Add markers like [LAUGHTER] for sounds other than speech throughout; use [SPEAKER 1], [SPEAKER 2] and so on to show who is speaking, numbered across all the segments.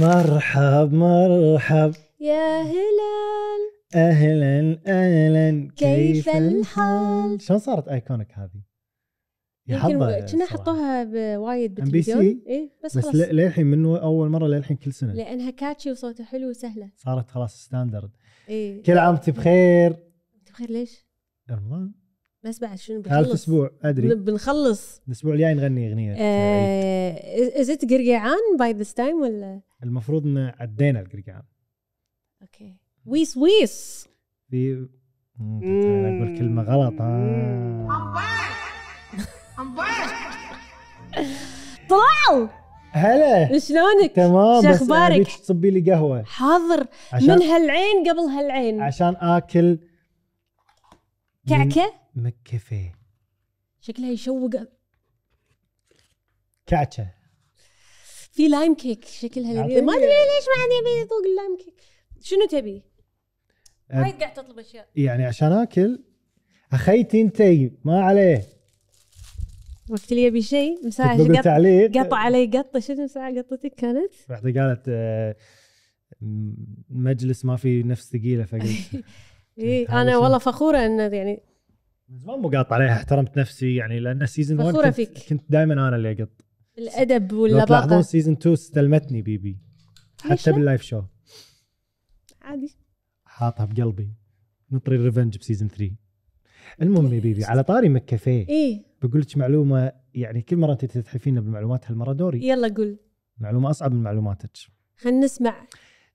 [SPEAKER 1] مرحب مرحب
[SPEAKER 2] يا هلال
[SPEAKER 1] اهلا اهلا
[SPEAKER 2] كيف الحال؟
[SPEAKER 1] شلون صارت ايكونيك هذه؟ يا
[SPEAKER 2] يمكن كنا
[SPEAKER 1] صراحة.
[SPEAKER 2] حطوها بوايد
[SPEAKER 1] NBC
[SPEAKER 2] بالتلفزيون اي بس,
[SPEAKER 1] بس
[SPEAKER 2] خلاص
[SPEAKER 1] ل- للحين من اول مره للحين كل سنه
[SPEAKER 2] لانها كاتشي وصوتها حلو وسهله
[SPEAKER 1] صارت خلاص ستاندرد
[SPEAKER 2] اي
[SPEAKER 1] كل عام وانت بخير
[SPEAKER 2] انت بخير ليش؟
[SPEAKER 1] رمضان
[SPEAKER 2] بس بعد شنو بنخلص
[SPEAKER 1] هالف اسبوع ادري
[SPEAKER 2] بن- بنخلص
[SPEAKER 1] الاسبوع الجاي نغني اغنيه عيد.
[SPEAKER 2] آه. از ات قرقيعان باي ذس تايم ولا
[SPEAKER 1] المفروض ان عدينا القرقعان
[SPEAKER 2] اوكي ويس ويس
[SPEAKER 1] في مم، كنت أنا اقول كلمه غلط آه.
[SPEAKER 2] طلعوا
[SPEAKER 1] هلا
[SPEAKER 2] شلونك؟
[SPEAKER 1] تمام
[SPEAKER 2] شو
[SPEAKER 1] بس
[SPEAKER 2] أخبارك؟
[SPEAKER 1] ابيك تصبي لي قهوه
[SPEAKER 2] حاضر
[SPEAKER 1] عشان
[SPEAKER 2] من هالعين قبل هالعين
[SPEAKER 1] عشان اكل من
[SPEAKER 2] كعكه
[SPEAKER 1] مكفي
[SPEAKER 2] شكلها يشوق
[SPEAKER 1] كعكه
[SPEAKER 2] في لايم كيك شكلها لذيذة. ما
[SPEAKER 1] أعطيني-
[SPEAKER 2] ادري ليش ما عندي ابي اذوق اللايم كيك شنو تبي؟
[SPEAKER 1] أب-
[SPEAKER 2] وايد قاعد تطلب اشياء
[SPEAKER 1] يعني عشان اكل اخيتي انتي ما عليه
[SPEAKER 2] وقت اللي يبي شيء مساعة
[SPEAKER 1] تكتب بالتعليق
[SPEAKER 2] قطع علي قطه شنو مساعة قطتك كانت؟
[SPEAKER 1] واحده قالت آه، م- مجلس ما في نفس ثقيله
[SPEAKER 2] [LAUGHS]
[SPEAKER 1] فقلت هذا إيه،
[SPEAKER 2] اي انا
[SPEAKER 1] شنو؟
[SPEAKER 2] إيه، والله فخوره انه يعني
[SPEAKER 1] من زمان مو قاط عليها احترمت نفسي يعني لان سيزون 1
[SPEAKER 2] فخورة
[SPEAKER 1] كنت,
[SPEAKER 2] فيك.
[SPEAKER 1] كنت دائما انا اللي اقط
[SPEAKER 2] الادب
[SPEAKER 1] لو تلاحظون
[SPEAKER 2] واللباقه
[SPEAKER 1] سيزون 2 استلمتني بيبي
[SPEAKER 2] ليش
[SPEAKER 1] حتى
[SPEAKER 2] لا؟
[SPEAKER 1] باللايف شو
[SPEAKER 2] عادي
[SPEAKER 1] حاطها بقلبي نطري الريفنج بسيزون 3 المهم يا بيبي على طاري مكافيه
[SPEAKER 2] اي
[SPEAKER 1] بقول لك معلومه يعني كل مره انت تتحفينا بالمعلومات هالمره دوري
[SPEAKER 2] يلا قول
[SPEAKER 1] معلومه اصعب من معلوماتك
[SPEAKER 2] خلينا نسمع إيه.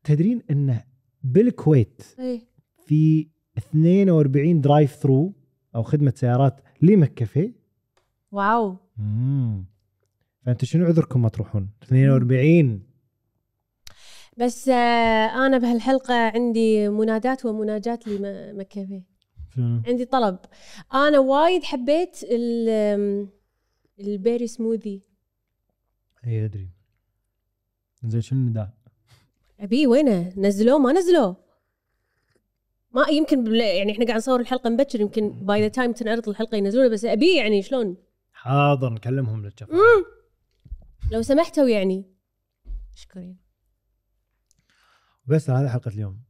[SPEAKER 1] تدرين انه بالكويت
[SPEAKER 2] اي
[SPEAKER 1] في 42 درايف ثرو او خدمه سيارات لمكافيه
[SPEAKER 2] واو
[SPEAKER 1] امم فانت شنو عذركم ما تروحون 42
[SPEAKER 2] بس آه انا بهالحلقه عندي منادات ومناجات لمكافي
[SPEAKER 1] شنو
[SPEAKER 2] عندي طلب انا وايد حبيت ال- البيري سموذي
[SPEAKER 1] اي ادري زين شنو النداء
[SPEAKER 2] ابي وينه نزلوه ما نزلوه ما يمكن بل- يعني احنا قاعد نصور الحلقه مبكر يمكن باي ذا تايم تنعرض الحلقه ينزلونه بس ابي يعني شلون
[SPEAKER 1] حاضر نكلمهم للجفا
[SPEAKER 2] لو سمحتوا يعني مشكورين
[SPEAKER 1] بس هذا حلقه اليوم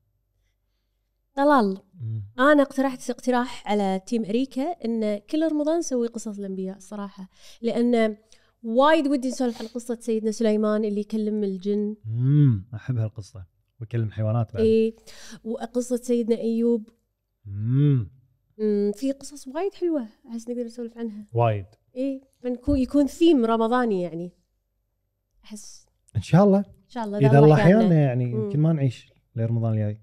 [SPEAKER 2] طلال
[SPEAKER 1] مم.
[SPEAKER 2] انا اقترحت اقتراح على تيم اريكا ان كل رمضان نسوي قصص الانبياء صراحه لان وايد ودي نسولف عن قصه سيدنا سليمان اللي يكلم الجن
[SPEAKER 1] امم احب هالقصه واكلم حيوانات بعد
[SPEAKER 2] اي وقصه سيدنا ايوب
[SPEAKER 1] امم
[SPEAKER 2] أمم، في قصص وايد حلوه احس نقدر نسولف عنها
[SPEAKER 1] وايد
[SPEAKER 2] اي بنكون إيه، يكون ثيم رمضاني يعني احس
[SPEAKER 1] ان شاء الله
[SPEAKER 2] ان شاء الله
[SPEAKER 1] اذا الله
[SPEAKER 2] أحيانا.
[SPEAKER 1] احيانا يعني
[SPEAKER 2] مم.
[SPEAKER 1] يمكن ما نعيش لرمضان الجاي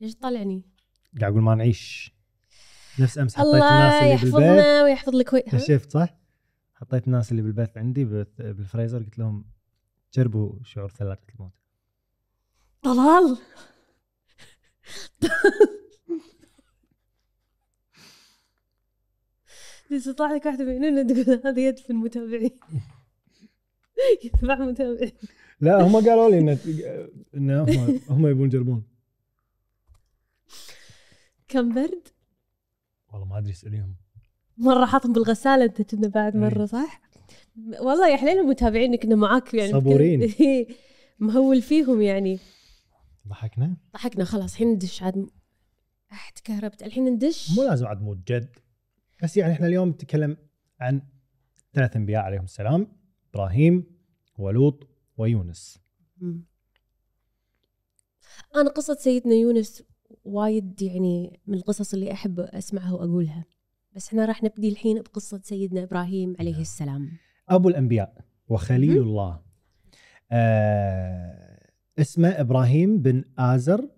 [SPEAKER 2] ليش تطلعني؟
[SPEAKER 1] قاعد اقول ما نعيش نفس امس حطيت الناس
[SPEAKER 2] الله
[SPEAKER 1] اللي بالبيت
[SPEAKER 2] يحفظنا ويحفظ الكويت ها؟
[SPEAKER 1] شفت صح؟ حطيت الناس اللي بالبيت عندي بال- بالفريزر قلت لهم جربوا شعور ثلاجه الموت
[SPEAKER 2] طلال [LAUGHS] لسه طلع لك واحده مننا تقول هذا يدفن متابعين [LAUGHS] يتبع متابعين
[SPEAKER 1] لا هم قالوا لي ان ان [LAUGHS] هم هم يبون يجربون
[SPEAKER 2] كم برد
[SPEAKER 1] والله ما ادري اساليهم
[SPEAKER 2] مره حاطهم بالغساله انت كنا بعد مره
[SPEAKER 1] إي.
[SPEAKER 2] صح؟ والله يا حليل متابعينك انه معاك يعني بكل- [LAUGHS]
[SPEAKER 1] صبورين.
[SPEAKER 2] إي، مهول فيهم يعني
[SPEAKER 1] ضحكنا
[SPEAKER 2] ضحكنا خلاص الحين ندش عاد أح، تكهربت الحين ندش
[SPEAKER 1] مو لازم عاد مود جد بس يعني احنا اليوم نتكلم عن ثلاث انبياء عليهم السلام ابراهيم ولوط ويونس
[SPEAKER 2] مم. أنا قصة سيدنا يونس وايد يعني من القصص اللي أحب أسمعها وأقولها بس احنا راح نبدي الحين بقصة سيدنا إبراهيم عليه
[SPEAKER 1] نعم.
[SPEAKER 2] السلام
[SPEAKER 1] ابو الانبياء وخليل
[SPEAKER 2] مهم.
[SPEAKER 1] الله آه اسمه ابراهيم بن ازر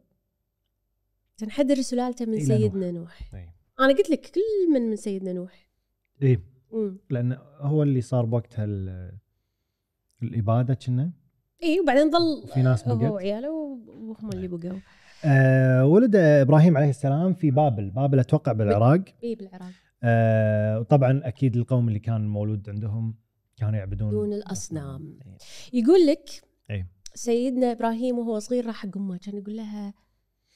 [SPEAKER 2] تنحدر سلالته من
[SPEAKER 1] إلى طيب.
[SPEAKER 2] سيدنا نوح
[SPEAKER 1] أي.
[SPEAKER 2] أنا قلت لك كل من من سيدنا نوح
[SPEAKER 1] ايه
[SPEAKER 2] مم.
[SPEAKER 1] لان هو اللي صار بوقتها ال- الاباده كنا
[SPEAKER 2] إيه وبعدين ظل
[SPEAKER 1] وفي ناس
[SPEAKER 2] هو
[SPEAKER 1] بقت
[SPEAKER 2] وعياله وهم اللي
[SPEAKER 1] طيب.
[SPEAKER 2] بقوا
[SPEAKER 1] آه ولد ابراهيم عليه السلام في بابل بابل اتوقع بالعراق
[SPEAKER 2] إيه بالعراق
[SPEAKER 1] آه وطبعا اكيد القوم اللي كان مولود عندهم كانوا يعبدون
[SPEAKER 2] دون الأصنام. يقول لك
[SPEAKER 1] إيه.
[SPEAKER 2] سيدنا ابراهيم وهو صغير راح حق امه كان يقول لها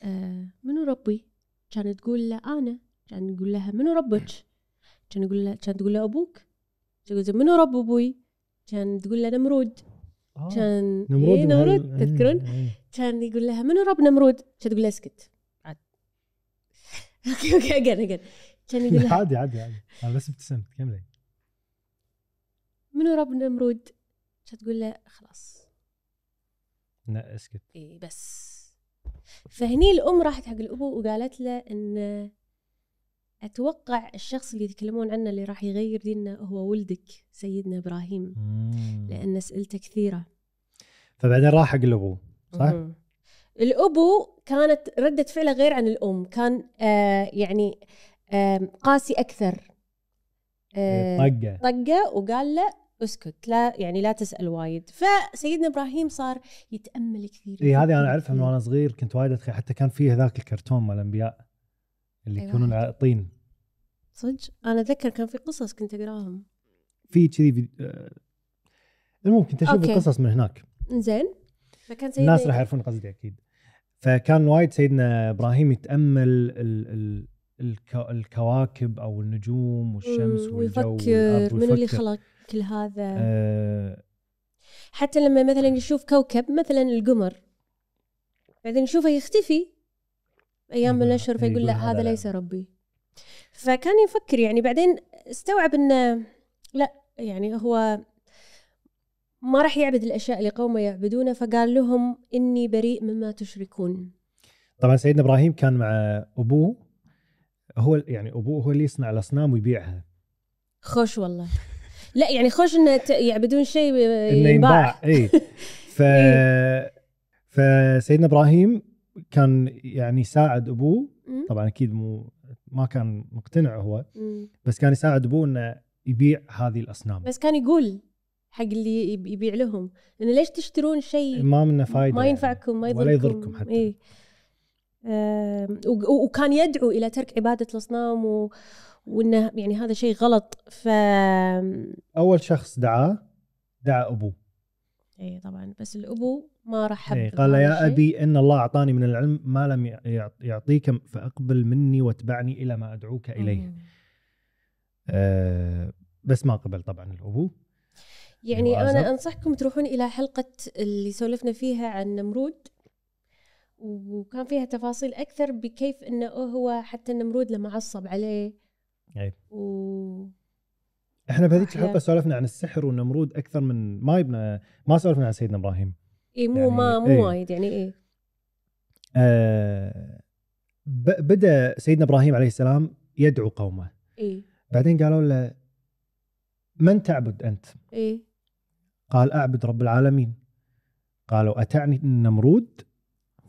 [SPEAKER 2] آه منو ربي؟ كانت تقول له انا كان يقول لها منو ربك؟ كان يقول لها كان تقول له ابوك؟ كان يقول لها منو رب ابوي؟ كان تقول له نمرود
[SPEAKER 1] آه،
[SPEAKER 2] كان
[SPEAKER 1] نمرود
[SPEAKER 2] إيه،
[SPEAKER 1] وهال-
[SPEAKER 2] نمرود تذكرون
[SPEAKER 1] إيه، [LAUGHS] إيه.
[SPEAKER 2] كان يقول لها منو رب نمرود؟ كانت تقول له اسكت عاد [LAUGHS] اوكي اوكي اجن اجن كان
[SPEAKER 1] [LAUGHS]
[SPEAKER 2] يقول لها
[SPEAKER 1] عادي عادي عادي انا بس ابتسمت كملي
[SPEAKER 2] منو رب نمرود؟ كانت تقول له خلاص
[SPEAKER 1] لا اسكت
[SPEAKER 2] اي بس فهني الام راحت حق الابو وقالت له ان اتوقع الشخص اللي يتكلمون عنه اللي راح يغير ديننا هو ولدك سيدنا ابراهيم
[SPEAKER 1] مم.
[SPEAKER 2] لان اسئلته كثيره
[SPEAKER 1] فبعدين راح حق الابو صح؟
[SPEAKER 2] مهم. الابو كانت رده فعله غير عن الام كان آه يعني آه قاسي اكثر آه
[SPEAKER 1] إيه، طقه
[SPEAKER 2] طقه وقال له اسكت لا يعني لا تسال وايد فسيدنا ابراهيم صار يتامل كثير
[SPEAKER 1] اي إيه، هذه انا
[SPEAKER 2] يفكر
[SPEAKER 1] اعرفها من
[SPEAKER 2] كثير.
[SPEAKER 1] وانا صغير كنت وايد اتخيل حتى كان في هذاك الكرتون مال الانبياء اللي
[SPEAKER 2] أي
[SPEAKER 1] يكونون
[SPEAKER 2] واحد.
[SPEAKER 1] على طين
[SPEAKER 2] صدق انا اتذكر كان في قصص كنت اقراهم
[SPEAKER 1] في كذي فيديو- آه، المهم كنت اشوف
[SPEAKER 2] أوكي. طيب،
[SPEAKER 1] القصص من هناك
[SPEAKER 2] زين فكان سيدنا
[SPEAKER 1] الناس راح يعرفون قصدي اكيد فكان وايد سيدنا ابراهيم يتامل ال ال الكو- الكواكب او النجوم والشمس
[SPEAKER 2] مم،
[SPEAKER 1] والجو والارض
[SPEAKER 2] ويفكر من اللي
[SPEAKER 1] ويفكر.
[SPEAKER 2] خلق كل هذا
[SPEAKER 1] آه،
[SPEAKER 2] حتى لما مثلا يشوف كوكب مثلا القمر بعدين يشوفه يختفي ايام من
[SPEAKER 1] يقول-
[SPEAKER 2] الاشهر فيقول
[SPEAKER 1] يقول
[SPEAKER 2] لا
[SPEAKER 1] هذا
[SPEAKER 2] هذا
[SPEAKER 1] لا.
[SPEAKER 2] ليس ربي فكان يفكر يعني بعدين استوعب انه لا يعني هو ما راح يعبد الاشياء اللي قومه يعبدونه فقال لهم اني بريء مما تشركون
[SPEAKER 1] طبعا سيدنا ابراهيم كان مع ابوه هو يعني ابوه هو اللي يصنع الاصنام ويبيعها [LAUGHS]
[SPEAKER 2] خوش والله لا يعني خوش انه ت- يعبدون شيء
[SPEAKER 1] انه
[SPEAKER 2] ينباع
[SPEAKER 1] إيه،
[SPEAKER 2] إيه.
[SPEAKER 1] ينباع
[SPEAKER 2] [LAUGHS]
[SPEAKER 1] اي ف فسيدنا ابراهيم كان يعني يساعد ابوه
[SPEAKER 2] مم.
[SPEAKER 1] طبعا اكيد مو ما كان مقتنع هو
[SPEAKER 2] مم.
[SPEAKER 1] بس كان يساعد ابوه انه يبيع هذه الاصنام
[SPEAKER 2] بس كان يقول حق اللي يب- يبيع لهم انه ليش تشترون شيء
[SPEAKER 1] ما منه يعني. فايده
[SPEAKER 2] ما ينفعكم ما
[SPEAKER 1] ولا
[SPEAKER 2] يضركم
[SPEAKER 1] يضركم حتى.
[SPEAKER 2] إيه. آم، و- و- وكان يدعو الى ترك عباده الاصنام و... وانه يعني هذا شيء غلط ف
[SPEAKER 1] يعني. اول شخص دعاه دعا ابوه
[SPEAKER 2] اي طبعا إيه بس الابو ما راح حب
[SPEAKER 1] إيه، قال له
[SPEAKER 2] هذا
[SPEAKER 1] يا
[SPEAKER 2] الشيء.
[SPEAKER 1] ابي ان الله اعطاني من العلم ما لم يع- يعطيك فاقبل مني واتبعني الى ما ادعوك اليه
[SPEAKER 2] مم.
[SPEAKER 1] آه، بس ما قبل طبعا الابو
[SPEAKER 2] يعني
[SPEAKER 1] يوازن.
[SPEAKER 2] انا انصحكم تروحون الى حلقه اللي سولفنا فيها عن نمرود وكان فيها تفاصيل اكثر بكيف انه هو حتى النمرود لما عصب عليه
[SPEAKER 1] أي.
[SPEAKER 2] و...
[SPEAKER 1] احنا بهذيك
[SPEAKER 2] أحلى.
[SPEAKER 1] الحلقه سولفنا عن السحر والنمرود اكثر من ما يبنى ما سولفنا عن سيدنا ابراهيم
[SPEAKER 2] اي مو
[SPEAKER 1] يعني
[SPEAKER 2] ما مو
[SPEAKER 1] إيه.
[SPEAKER 2] وايد يعني ايه
[SPEAKER 1] آه ب- بدا سيدنا ابراهيم عليه السلام يدعو قومه
[SPEAKER 2] ايه
[SPEAKER 1] بعدين قالوا له من تعبد انت
[SPEAKER 2] ايه
[SPEAKER 1] قال اعبد رب العالمين قالوا اتعني النمرود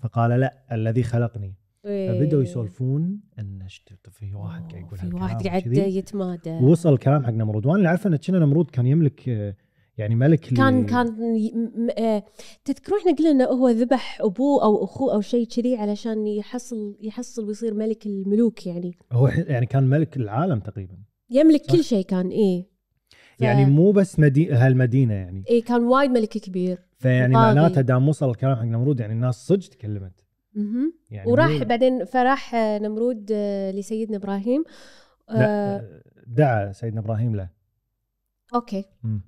[SPEAKER 1] فقال لا الذي خلقني فبداوا يسولفون ان شت- في واحد قاعد يقول
[SPEAKER 2] إيه. في
[SPEAKER 1] هالكلام
[SPEAKER 2] واحد قاعد
[SPEAKER 1] وكذي.
[SPEAKER 2] يتمادى
[SPEAKER 1] وصل الكلام حق نمرود وانا اللي عارفه ان كنا نمرود كان يملك آه، يعني ملك ل-
[SPEAKER 2] كان كان ي- م- آه، تذكرون احنا قلنا انه هو ذبح ابوه او اخوه او شيء كذي علشان يحصل يحصل ويصير ملك الملوك يعني
[SPEAKER 1] هو ح- يعني كان ملك العالم تقريبا
[SPEAKER 2] يملك
[SPEAKER 1] صح.
[SPEAKER 2] كل شيء كان ايه ف-
[SPEAKER 1] يعني مو بس مدي... هالمدينه يعني
[SPEAKER 2] ايه كان وايد ملك كبير
[SPEAKER 1] فيعني
[SPEAKER 2] وطاغي.
[SPEAKER 1] معناته دام وصل الكلام حق نمرود يعني الناس صدق تكلمت
[SPEAKER 2] مهم.
[SPEAKER 1] يعني
[SPEAKER 2] وراح
[SPEAKER 1] مو-
[SPEAKER 2] بعدين فراح آه، نمرود آه، لسيدنا ابراهيم
[SPEAKER 1] لا
[SPEAKER 2] آه،
[SPEAKER 1] آه، دعا سيدنا ابراهيم له
[SPEAKER 2] اوكي
[SPEAKER 1] مم.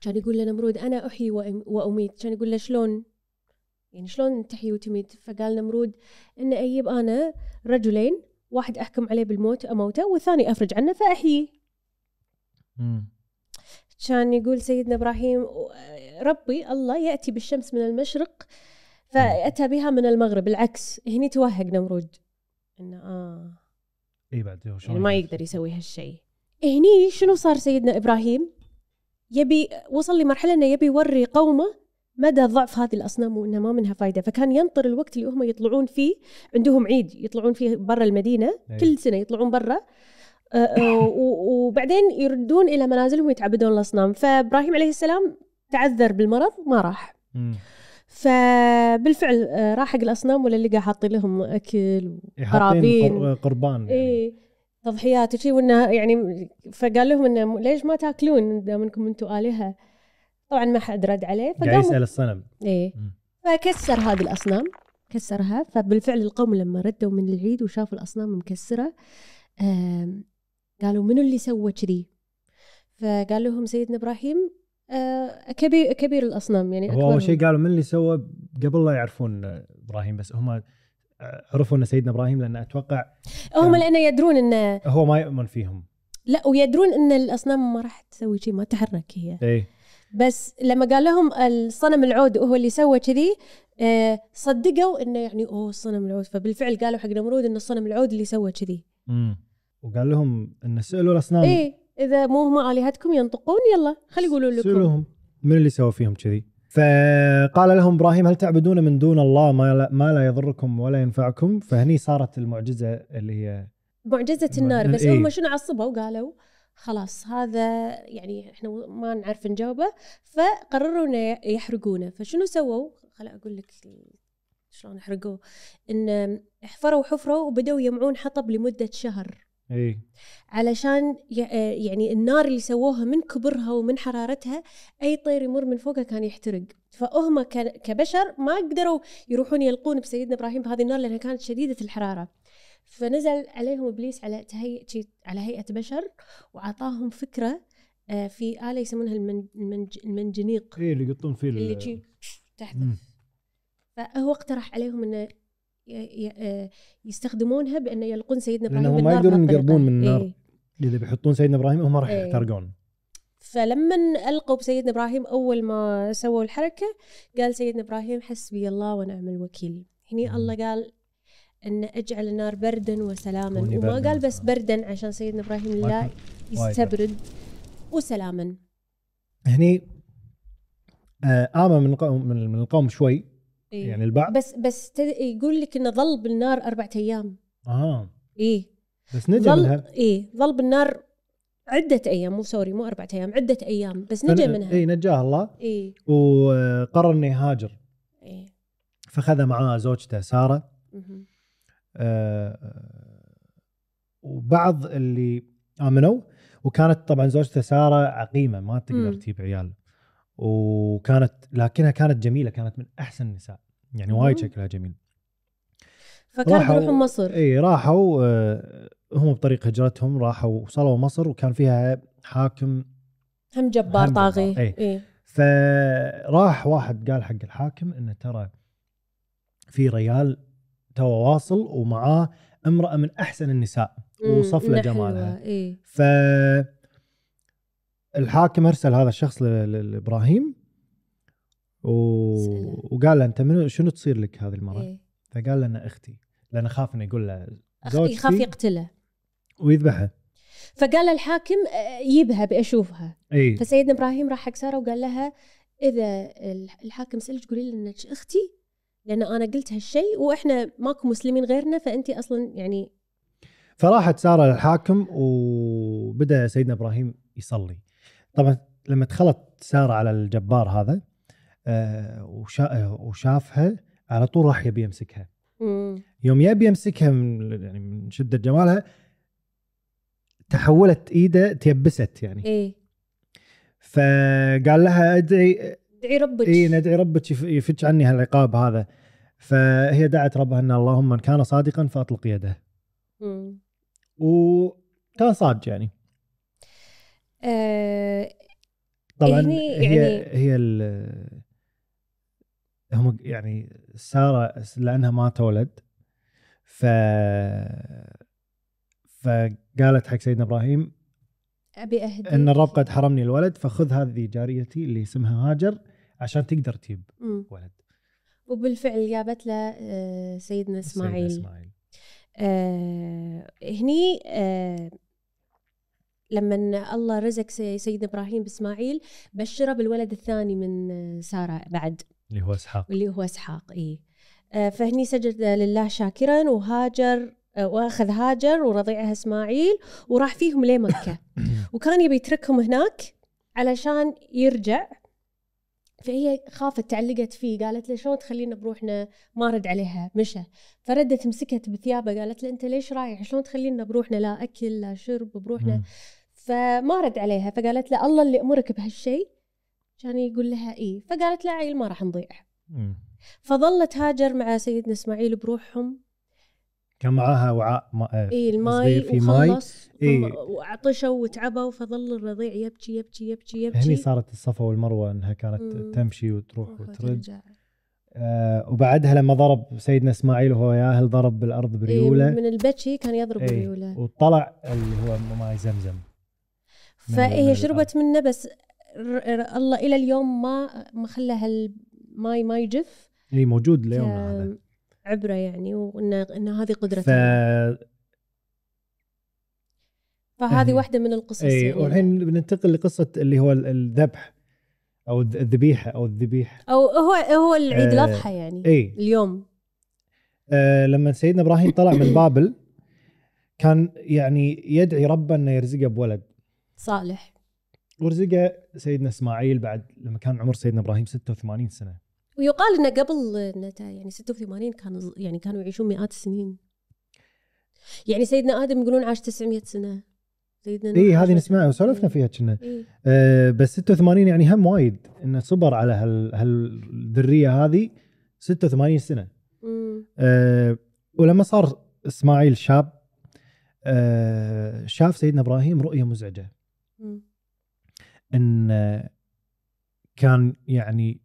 [SPEAKER 2] كان يقول له نمرود انا احيي وأم- واميت كان يقول له شلون يعني شلون تحيي وتميت فقال نمرود ان اجيب انا رجلين واحد احكم عليه بالموت اموته والثاني افرج عنه فاحييه
[SPEAKER 1] مم.
[SPEAKER 2] كان يقول سيدنا ابراهيم ربي الله ياتي بالشمس من المشرق فاتى بها من المغرب العكس هني توهق نمرود انه اه
[SPEAKER 1] اي إيه بعد هو شلون
[SPEAKER 2] يعني ما يقدر يسوي هالشيء هني شنو صار سيدنا ابراهيم يبي وصل لمرحله انه يبي يوري قومه مدى ضعف هذه الاصنام وانها ما منها فايده فكان ينطر الوقت اللي هم يطلعون فيه عندهم عيد يطلعون فيه برا المدينه
[SPEAKER 1] إيه.
[SPEAKER 2] كل سنه يطلعون برا آه، آه، و- وبعدين يردون الى منازلهم ويتعبدون الاصنام فابراهيم عليه السلام تعذر بالمرض ما راح
[SPEAKER 1] مم.
[SPEAKER 2] فبالفعل آه، راح حق الاصنام ولا لقى حاطين لهم اكل
[SPEAKER 1] إيه،
[SPEAKER 2] وقرابين
[SPEAKER 1] حاطين قر- قربان يعني.
[SPEAKER 2] ايه تضحيات وشي وانه يعني فقال لهم انه م- ليش ما تاكلون دام انكم انتم الهه طبعا ما حد رد عليه
[SPEAKER 1] قاعد
[SPEAKER 2] فقاموا
[SPEAKER 1] يسال الصنم
[SPEAKER 2] ايه
[SPEAKER 1] مم.
[SPEAKER 2] فكسر هذه الاصنام كسرها فبالفعل القوم لما ردوا من العيد وشافوا الاصنام مكسره آم، قالوا منو اللي سوى كذي؟ فقال لهم سيدنا ابراهيم آه، كبير كبير الاصنام يعني
[SPEAKER 1] هو اول
[SPEAKER 2] أكبرهم.
[SPEAKER 1] شيء قالوا من اللي سوى قبل لا يعرفون ابراهيم بس هم آه، عرفوا ان سيدنا ابراهيم لان اتوقع
[SPEAKER 2] هم
[SPEAKER 1] كان-
[SPEAKER 2] لانه يدرون انه
[SPEAKER 1] هو ما يؤمن فيهم
[SPEAKER 2] لا ويدرون ان الاصنام ما راح تسوي شيء ما تحرك هي
[SPEAKER 1] ايه
[SPEAKER 2] بس لما قال لهم الصنم العود وهو اللي سوى كذي آه، صدقوا انه يعني اوه الصنم العود فبالفعل قالوا حق نمرود انه الصنم العود اللي سوى كذي
[SPEAKER 1] امم وقال لهم ان سالوا الاصنام
[SPEAKER 2] ايه اذا مو هم الهتكم ينطقون يلا خلي يقولوا لكم
[SPEAKER 1] سالوهم من اللي سوى فيهم كذي فقال لهم ابراهيم هل تعبدون من دون الله ما لا, ما لا يضركم ولا ينفعكم فهني صارت المعجزه اللي هي
[SPEAKER 2] معجزه النار بس
[SPEAKER 1] إيه.
[SPEAKER 2] هم شنو عصبوا قالوا خلاص هذا يعني احنا ما نعرف نجاوبه فقرروا انه يحرقونه فشنو سووا؟ خل اقول لك شلون حرقوه ان حفروا حفره وبداوا يجمعون حطب لمده شهر
[SPEAKER 1] اي
[SPEAKER 2] علشان ي- آه، يعني النار اللي سووها من كبرها ومن حرارتها اي طير يمر من فوقها كان يحترق فهم ك- كبشر ما قدروا يروحون يلقون بسيدنا ابراهيم بهذه النار لانها كانت شديده الحراره فنزل عليهم ابليس على تهيئ شي- على هيئه بشر وعطاهم فكره آه، في اله يسمونها المن- المنج المنجنيق
[SPEAKER 1] اي اللي يقطون فيه
[SPEAKER 2] اللي تشي تحت
[SPEAKER 1] مم.
[SPEAKER 2] فهو اقترح عليهم انه ي- ي- آه، يستخدمونها بانه يلقون سيدنا
[SPEAKER 1] لأنه
[SPEAKER 2] ابراهيم
[SPEAKER 1] هم ما
[SPEAKER 2] بالنار
[SPEAKER 1] يقدرون
[SPEAKER 2] بهالطريقة.
[SPEAKER 1] يقربون من النار.
[SPEAKER 2] إيه.
[SPEAKER 1] اذا بيحطون سيدنا ابراهيم هم راح
[SPEAKER 2] إيه.
[SPEAKER 1] يحترقون
[SPEAKER 2] فلما القوا بسيدنا ابراهيم اول ما سووا الحركه قال سيدنا ابراهيم حسبي الله ونعم الوكيل هني
[SPEAKER 1] مم.
[SPEAKER 2] الله قال ان اجعل النار بردا وسلاما
[SPEAKER 1] كوني
[SPEAKER 2] وما
[SPEAKER 1] بردا
[SPEAKER 2] قال بس
[SPEAKER 1] وسلاما.
[SPEAKER 2] بردا عشان سيدنا ابراهيم
[SPEAKER 1] ما
[SPEAKER 2] لا
[SPEAKER 1] يكون- وايد
[SPEAKER 2] يستبرد وسلاما
[SPEAKER 1] هني آه، امن من القوم من من القوم شوي
[SPEAKER 2] إيه.
[SPEAKER 1] يعني البعض
[SPEAKER 2] بس بس تد- يقول لك انه ظل بالنار أربعة ايام
[SPEAKER 1] اه
[SPEAKER 2] ايه
[SPEAKER 1] بس نجا
[SPEAKER 2] ظل
[SPEAKER 1] منها
[SPEAKER 2] ايه ظل بالنار عدة ايام مو سوري مو أربعة ايام عدة ايام بس نجا منها
[SPEAKER 1] اي نجاه الله
[SPEAKER 2] ايه
[SPEAKER 1] وقرر انه يهاجر
[SPEAKER 2] ايه
[SPEAKER 1] فخذ معاه زوجته ساره
[SPEAKER 2] مهم.
[SPEAKER 1] آه، وبعض اللي امنوا وكانت طبعا زوجته ساره عقيمه ما تقدر
[SPEAKER 2] مم.
[SPEAKER 1] تجيب عيال وكانت لكنها كانت جميله كانت من احسن النساء يعني وايد
[SPEAKER 2] مم.
[SPEAKER 1] شكلها جميل
[SPEAKER 2] فكانوا
[SPEAKER 1] راحوا-
[SPEAKER 2] بيروحوا مصر
[SPEAKER 1] اي راحوا آه، هم بطريق هجرتهم راحوا وصلوا مصر وكان فيها حاكم
[SPEAKER 2] هم جبار
[SPEAKER 1] هم
[SPEAKER 2] طاغي
[SPEAKER 1] جبار، إيه.
[SPEAKER 2] ايه
[SPEAKER 1] فراح واحد قال حق الحاكم انه ترى في ريال تو واصل ومعاه امراه من احسن النساء
[SPEAKER 2] مم،
[SPEAKER 1] ووصف له
[SPEAKER 2] إنها
[SPEAKER 1] جمالها.
[SPEAKER 2] حلوة، إيه.
[SPEAKER 1] ف الحاكم ارسل هذا الشخص ل- ل- لابراهيم و...
[SPEAKER 2] سأله.
[SPEAKER 1] وقال له انت منو شنو تصير لك هذه المره؟
[SPEAKER 2] إيه.
[SPEAKER 1] فقال له انا اختي لانه خاف انه يقول له
[SPEAKER 2] أخ-
[SPEAKER 1] زوجتي
[SPEAKER 2] يخاف يقتله
[SPEAKER 1] ويذبحه
[SPEAKER 2] فقال الحاكم آه، جيبها بأشوفها
[SPEAKER 1] اي
[SPEAKER 2] فسيدنا إبراهيم راح حق سارة وقال لها إذا ال- الحاكم سألك قولي له إنك أختي لأن أنا قلت هالشيء وإحنا ماكو مسلمين غيرنا فأنت أصلا يعني
[SPEAKER 1] فراحت ساره للحاكم وبدا سيدنا ابراهيم يصلي طبعا لما دخلت ساره على الجبار هذا آه، وشا... وشافها على طول راح يبي يمسكها
[SPEAKER 2] مم.
[SPEAKER 1] يوم يبي يمسكها من يعني من شده جمالها تحولت ايده تيبست يعني
[SPEAKER 2] إيه
[SPEAKER 1] فقال لها ادعي
[SPEAKER 2] دعي ربك
[SPEAKER 1] اي إيه، ندعي ربك يف- يفتش عني هالعقاب هذا فهي دعت ربها ان اللهم من كان صادقا فاطلق يده
[SPEAKER 2] مم.
[SPEAKER 1] وكان صادق يعني
[SPEAKER 2] آه،
[SPEAKER 1] طبعا
[SPEAKER 2] هني
[SPEAKER 1] هي
[SPEAKER 2] يعني-
[SPEAKER 1] هي ال- هم يعني ساره لانها ما تولد ف فقالت حق سيدنا ابراهيم
[SPEAKER 2] أبي أهديك
[SPEAKER 1] ان الرب قد حرمني الولد فخذ هذه جاريتي اللي اسمها هاجر عشان تقدر تجيب
[SPEAKER 2] مم.
[SPEAKER 1] ولد
[SPEAKER 2] وبالفعل جابت له آه،
[SPEAKER 1] سيدنا
[SPEAKER 2] سيدنا إسماعيل
[SPEAKER 1] اسماعيل
[SPEAKER 2] آه هني آه لما الله رزق سي- سيدنا ابراهيم باسماعيل بشره بالولد الثاني من آه، ساره بعد
[SPEAKER 1] اللي هو اسحاق
[SPEAKER 2] واللي هو اسحاق اي آه فهني سجد لله شاكرا وهاجر آه، واخذ هاجر ورضيعها اسماعيل وراح فيهم لمكه
[SPEAKER 1] [CLEARS THROAT]
[SPEAKER 2] وكان يبي يتركهم هناك علشان يرجع فهي خافت تعلقت فيه قالت له شلون تخلينا بروحنا ما رد عليها مشى فردت مسكت بثيابه قالت له انت ليش رايح شلون تخلينا بروحنا لا اكل لا شرب بروحنا
[SPEAKER 1] مم.
[SPEAKER 2] فما رد عليها فقالت له الله اللي امرك بهالشيء كان يقول لها ايه فقالت لا عيل ما راح نضيع
[SPEAKER 1] مم.
[SPEAKER 2] فظلت هاجر مع سيدنا اسماعيل بروحهم
[SPEAKER 1] كان معاها وعاء آه، ماء
[SPEAKER 2] اي إيه، الماي
[SPEAKER 1] صغير في ماي. إيه.
[SPEAKER 2] وخلص
[SPEAKER 1] إي.
[SPEAKER 2] ثم- وعطشوا وتعبوا فظل الرضيع يبكي يبكي يبكي
[SPEAKER 1] هني
[SPEAKER 2] يبكي
[SPEAKER 1] صارت الصفا والمروه انها كانت
[SPEAKER 2] مم.
[SPEAKER 1] تمشي وتروح وترد
[SPEAKER 2] إيه،
[SPEAKER 3] وترجع
[SPEAKER 1] آه وبعدها لما ضرب سيدنا اسماعيل وهو ياهل ضرب بالارض
[SPEAKER 2] إي،
[SPEAKER 1] بريوله
[SPEAKER 2] من البكي كان يضرب
[SPEAKER 1] إي.
[SPEAKER 2] ريوله
[SPEAKER 1] وطلع اللي هو ماي زمزم من- آه. من
[SPEAKER 2] فهي شربت منه بس ر- ر- الله الى اليوم ما ما خلى هالماي ما يجف
[SPEAKER 1] اي موجود ليومنا هذا
[SPEAKER 2] عبره يعني وان ان هذه
[SPEAKER 1] ف
[SPEAKER 2] قدرته فهذه
[SPEAKER 1] إيه.
[SPEAKER 2] واحده من القصص
[SPEAKER 1] اي
[SPEAKER 2] يعني.
[SPEAKER 1] والحين بننتقل لقصه اللي هو ال- الذبح او الذ- الذبيحه او الذبيح
[SPEAKER 2] او هو هو العيد
[SPEAKER 1] آه،
[SPEAKER 2] الاضحى يعني
[SPEAKER 1] اي
[SPEAKER 2] اليوم
[SPEAKER 1] آه لما سيدنا ابراهيم طلع من بابل كان يعني يدعي ربه انه يرزقه بولد
[SPEAKER 2] صالح
[SPEAKER 1] ورزقه سيدنا اسماعيل بعد لما كان عمر سيدنا ابراهيم 86 سنه
[SPEAKER 2] ويقال انه قبل إنه تا- يعني 86 كان ز- يعني كانوا يعيشون مئات السنين يعني سيدنا ادم يقولون عاش 900 سنه سيدنا
[SPEAKER 1] اي
[SPEAKER 2] نوح
[SPEAKER 1] إيه، هذه
[SPEAKER 2] عاش-
[SPEAKER 1] نسمعها وسولفنا فيها كنا
[SPEAKER 2] إيه.
[SPEAKER 1] آه، بس 86 يعني هم وايد انه صبر على هال هالذريه هذه 86 سنه
[SPEAKER 2] أمم.
[SPEAKER 1] آه، ولما صار اسماعيل شاب آه، شاف سيدنا ابراهيم رؤيه مزعجه
[SPEAKER 2] أمم.
[SPEAKER 1] ان آه، كان يعني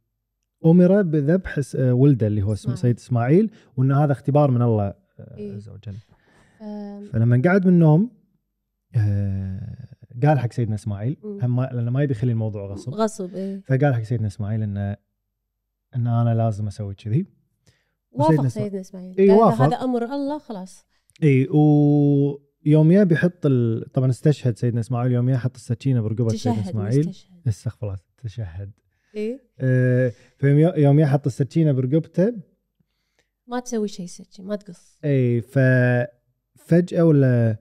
[SPEAKER 1] امر بذبح س- آه، ولده اللي هو اسمه
[SPEAKER 2] إسماعيل.
[SPEAKER 1] سيد اسماعيل وان هذا اختبار من الله آه،
[SPEAKER 2] إيه.
[SPEAKER 1] عز وجل
[SPEAKER 2] آم،
[SPEAKER 1] فلما قعد من النوم آه، قال حق سيدنا اسماعيل
[SPEAKER 2] مم.
[SPEAKER 1] هم ما- لانه ما يبي يخلي الموضوع غصب
[SPEAKER 2] غصب ايه
[SPEAKER 1] فقال حق سيدنا اسماعيل انه ان انا لازم اسوي كذي وسيدنا
[SPEAKER 2] وافق
[SPEAKER 1] إسماعيل.
[SPEAKER 2] سيدنا اسماعيل
[SPEAKER 1] إيه،
[SPEAKER 2] قال له
[SPEAKER 1] وافق.
[SPEAKER 2] هذا امر الله خلاص
[SPEAKER 1] اي ويوم يا بيحط ال... طبعا استشهد سيدنا اسماعيل يوم يا حط السكينه برقبه سيدنا
[SPEAKER 2] تشهد
[SPEAKER 1] اسماعيل
[SPEAKER 2] مستشهد
[SPEAKER 1] استغفر الله تشهد
[SPEAKER 2] ايه
[SPEAKER 1] آه، فيوم يا- يوم يا حط السكينه برقبته
[SPEAKER 2] ما تسوي شيء سجي ما تقص
[SPEAKER 1] اي إيه، ف فجاه ولا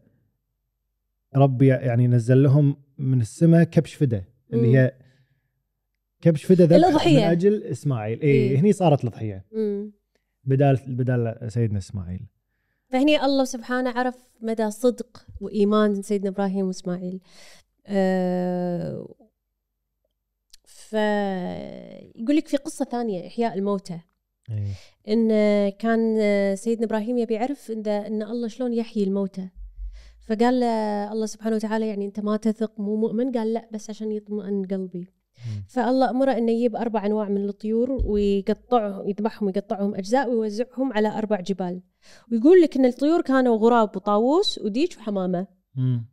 [SPEAKER 1] ربي يعني نزل لهم من السماء كبش فدا اللي هي كبش فدا ذبح
[SPEAKER 2] الأضحية.
[SPEAKER 1] من اجل اسماعيل اي
[SPEAKER 2] إيه.
[SPEAKER 1] إيه. هني صارت الاضحيه
[SPEAKER 2] أمم.
[SPEAKER 1] بدال بدال سيدنا اسماعيل
[SPEAKER 2] فهني الله سبحانه عرف مدى صدق وإيمان سيدنا إبراهيم وإسماعيل آه فيقول لك في قصة ثانية إحياء الموتى
[SPEAKER 1] اي
[SPEAKER 2] إيه. إن كان سيدنا إبراهيم يبي يعرف إن, إن الله شلون يحيي الموتى فقال له الله سبحانه وتعالى يعني أنت ما تثق مو مؤمن قال لا بس عشان يطمئن قلبي
[SPEAKER 1] مم.
[SPEAKER 2] فالله امره انه يجيب اربع انواع من الطيور ويقطعهم يذبحهم ويقطعهم اجزاء ويوزعهم على اربع جبال ويقول لك ان الطيور كانوا غراب وطاووس وديك وحمامه
[SPEAKER 1] مم.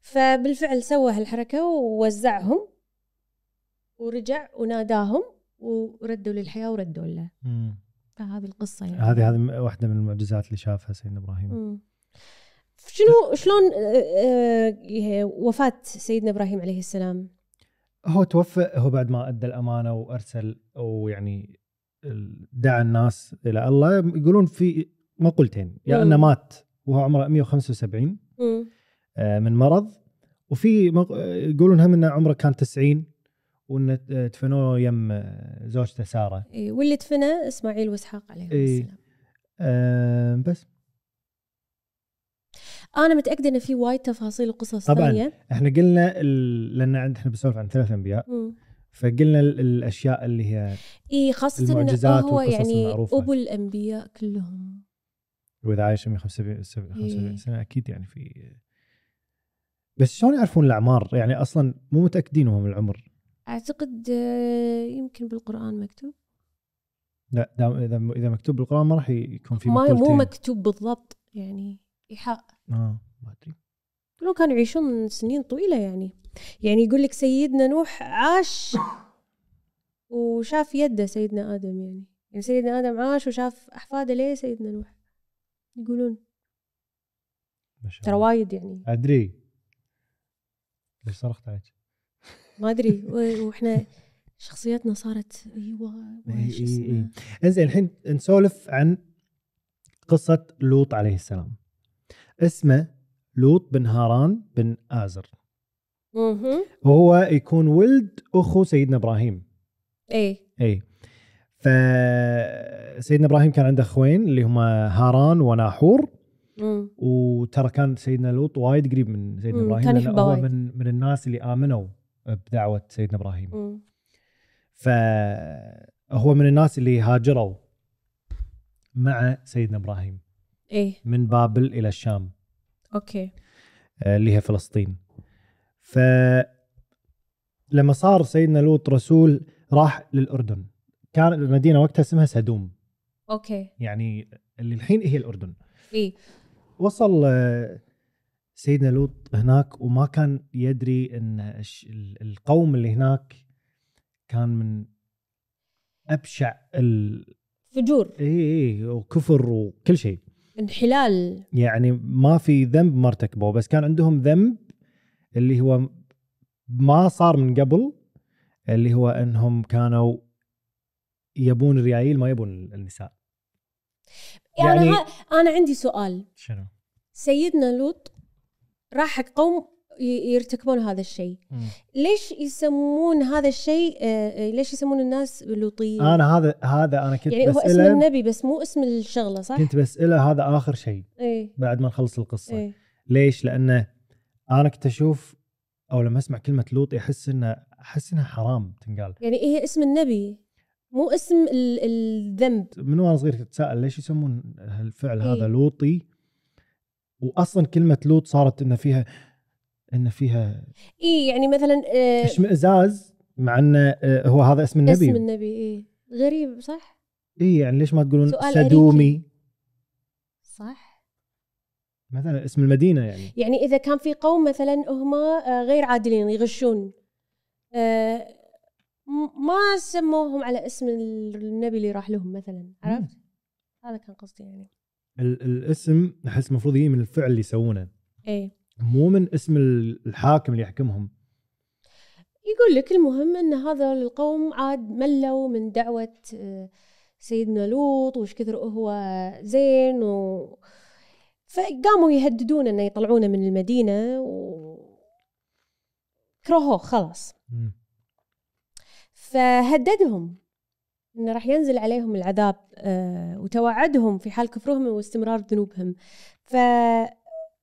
[SPEAKER 2] فبالفعل سوى هالحركه ووزعهم ورجع وناداهم وردوا للحياه وردوا له
[SPEAKER 1] مم.
[SPEAKER 2] فهذه القصه يعني
[SPEAKER 1] هذه هذه م- واحده من المعجزات اللي شافها سيدنا ابراهيم
[SPEAKER 2] مم. شنو شلون آه، آه، وفاه سيدنا ابراهيم عليه السلام
[SPEAKER 1] هو توفى هو بعد ما ادى الامانه وارسل ويعني ال- دعا الناس الى الله يقولون في مقولتين يا انه
[SPEAKER 2] مم.
[SPEAKER 1] مات وهو عمره 175
[SPEAKER 2] مم.
[SPEAKER 1] آه، من مرض وفي مق- آه، يقولون هم انه عمره كان 90 وانه آه، دفنوه يم آه، زوجته ساره
[SPEAKER 2] إيه، واللي دفنه اسماعيل واسحاق عليهم
[SPEAKER 1] إيه.
[SPEAKER 2] السلام
[SPEAKER 1] آه، بس
[SPEAKER 2] انا متاكده ان في وايد تفاصيل وقصص
[SPEAKER 1] طبعاً.
[SPEAKER 2] ثانيه
[SPEAKER 1] احنا قلنا ال- لان عند- احنا بنسولف عن ثلاث انبياء
[SPEAKER 2] مم.
[SPEAKER 1] فقلنا ال- الاشياء اللي هي
[SPEAKER 2] اي خاصه انه
[SPEAKER 1] المعجزات
[SPEAKER 2] هو
[SPEAKER 1] والقصص
[SPEAKER 2] يعني
[SPEAKER 1] المعروفة.
[SPEAKER 2] ابو الانبياء كلهم
[SPEAKER 1] واذا عايش 175 سب-
[SPEAKER 2] إيه.
[SPEAKER 1] 75 سنه اكيد يعني في بس شلون يعرفون الاعمار؟ يعني اصلا مو متاكدين هم العمر
[SPEAKER 2] اعتقد آه، يمكن بالقران مكتوب
[SPEAKER 1] لا دام اذا اذا مكتوب بالقران ما راح يكون في
[SPEAKER 2] ما مو
[SPEAKER 1] مقولتين.
[SPEAKER 2] مكتوب بالضبط يعني ايحاء
[SPEAKER 1] اه ما ادري
[SPEAKER 2] كلهم كانوا يعيشون سنين طويله يعني يعني يقول لك سيدنا نوح عاش وشاف يده سيدنا ادم يعني يعني سيدنا ادم عاش وشاف احفاده ليه سيدنا نوح يقولون
[SPEAKER 1] ما شاء
[SPEAKER 2] ترى
[SPEAKER 1] الله.
[SPEAKER 2] وايد يعني
[SPEAKER 1] ادري ليش صرخت عليك؟
[SPEAKER 2] ما ادري و- واحنا شخصيتنا صارت ايوه
[SPEAKER 1] إي
[SPEAKER 2] وش
[SPEAKER 1] إي
[SPEAKER 2] اسمه
[SPEAKER 1] إي. انزين إيه، الحين نسولف عن قصة لوط عليه السلام اسمه لوط بن هاران بن آزر
[SPEAKER 2] اها
[SPEAKER 1] وهو يكون ولد أخو سيدنا إبراهيم
[SPEAKER 2] ايه
[SPEAKER 1] اي ف سيدنا ابراهيم كان عنده اخوين اللي هما هاران وناحور
[SPEAKER 2] مم.
[SPEAKER 1] وترى كان سيدنا لوط وايد قريب من سيدنا
[SPEAKER 2] مم،
[SPEAKER 1] ابراهيم
[SPEAKER 2] كان
[SPEAKER 1] لأنه
[SPEAKER 2] يحبه
[SPEAKER 1] هو
[SPEAKER 2] وايد.
[SPEAKER 1] من من الناس اللي امنوا بدعوه سيدنا ابراهيم
[SPEAKER 2] مم.
[SPEAKER 1] فهو من الناس اللي هاجروا مع سيدنا ابراهيم
[SPEAKER 2] ايه
[SPEAKER 1] من بابل الى الشام
[SPEAKER 2] اوكي
[SPEAKER 1] آه، اللي هي فلسطين ف لما صار سيدنا لوط رسول راح للاردن كان المدينه وقتها اسمها سدوم
[SPEAKER 2] اوكي
[SPEAKER 1] يعني اللي الحين هي الاردن
[SPEAKER 2] ايه
[SPEAKER 1] وصل آه، سيدنا لوط هناك وما كان يدري ان الش- ال- القوم اللي هناك كان من ابشع ال...
[SPEAKER 2] فجور
[SPEAKER 1] اي اي إيه، وكفر وكل شيء
[SPEAKER 2] انحلال
[SPEAKER 1] يعني ما في ذنب ما ارتكبوه بس كان عندهم ذنب اللي هو ما صار من قبل اللي هو انهم كانوا يبون الريايل ما يبون النساء
[SPEAKER 2] يعني
[SPEAKER 1] يعني-
[SPEAKER 2] انا ها- انا عندي سؤال
[SPEAKER 1] شنو؟
[SPEAKER 2] سيدنا لوط راح حق قوم ي- يرتكبون هذا الشيء ليش يسمون هذا الشيء آه، آه، ليش يسمون الناس لوطيين
[SPEAKER 1] انا هذا هذا انا كنت
[SPEAKER 2] يعني هو اسم
[SPEAKER 1] بساله
[SPEAKER 2] النبي بس مو اسم الشغله صح
[SPEAKER 1] كنت بساله هذا اخر شيء
[SPEAKER 2] ايه
[SPEAKER 1] بعد ما نخلص القصه
[SPEAKER 2] ايه
[SPEAKER 1] ليش؟ لانه انا كنت اشوف او لما اسمع كلمه لوط احس انه احس انها حرام تنقال
[SPEAKER 2] يعني هي اسم النبي مو اسم ال- الذنب
[SPEAKER 1] من وانا صغير كنت اتساءل ليش يسمون الفعل
[SPEAKER 2] إيه.
[SPEAKER 1] هذا لوطي واصلا كلمه لوط صارت ان فيها ان فيها
[SPEAKER 2] اي يعني مثلا آه،
[SPEAKER 1] اشمئزاز مع انه آه، هو هذا اسم النبي
[SPEAKER 2] اسم النبي اي غريب صح
[SPEAKER 1] اي يعني ليش ما تقولون
[SPEAKER 2] سؤال
[SPEAKER 1] سدومي
[SPEAKER 2] صح
[SPEAKER 1] مثلا اسم المدينه يعني
[SPEAKER 2] يعني اذا كان في قوم مثلا هم آه، غير عادلين يغشون آه، م- ما سموهم على اسم النبي اللي راح لهم مثلا عرفت هذا كان قصدي يعني
[SPEAKER 1] ال- الاسم احس المفروض يجي من الفعل اللي يسوونه
[SPEAKER 2] ايه
[SPEAKER 1] مو من اسم ال- الحاكم اللي يحكمهم
[SPEAKER 2] يقول لك المهم ان هذا القوم عاد ملوا من دعوه آه، سيدنا لوط وش كثر هو زين و فقاموا يهددون انه يطلعونه من المدينه و كرهوه خلاص
[SPEAKER 1] مم.
[SPEAKER 2] فهددهم انه راح ينزل عليهم العذاب آه، وتوعدهم في حال كفرهم واستمرار ذنوبهم ف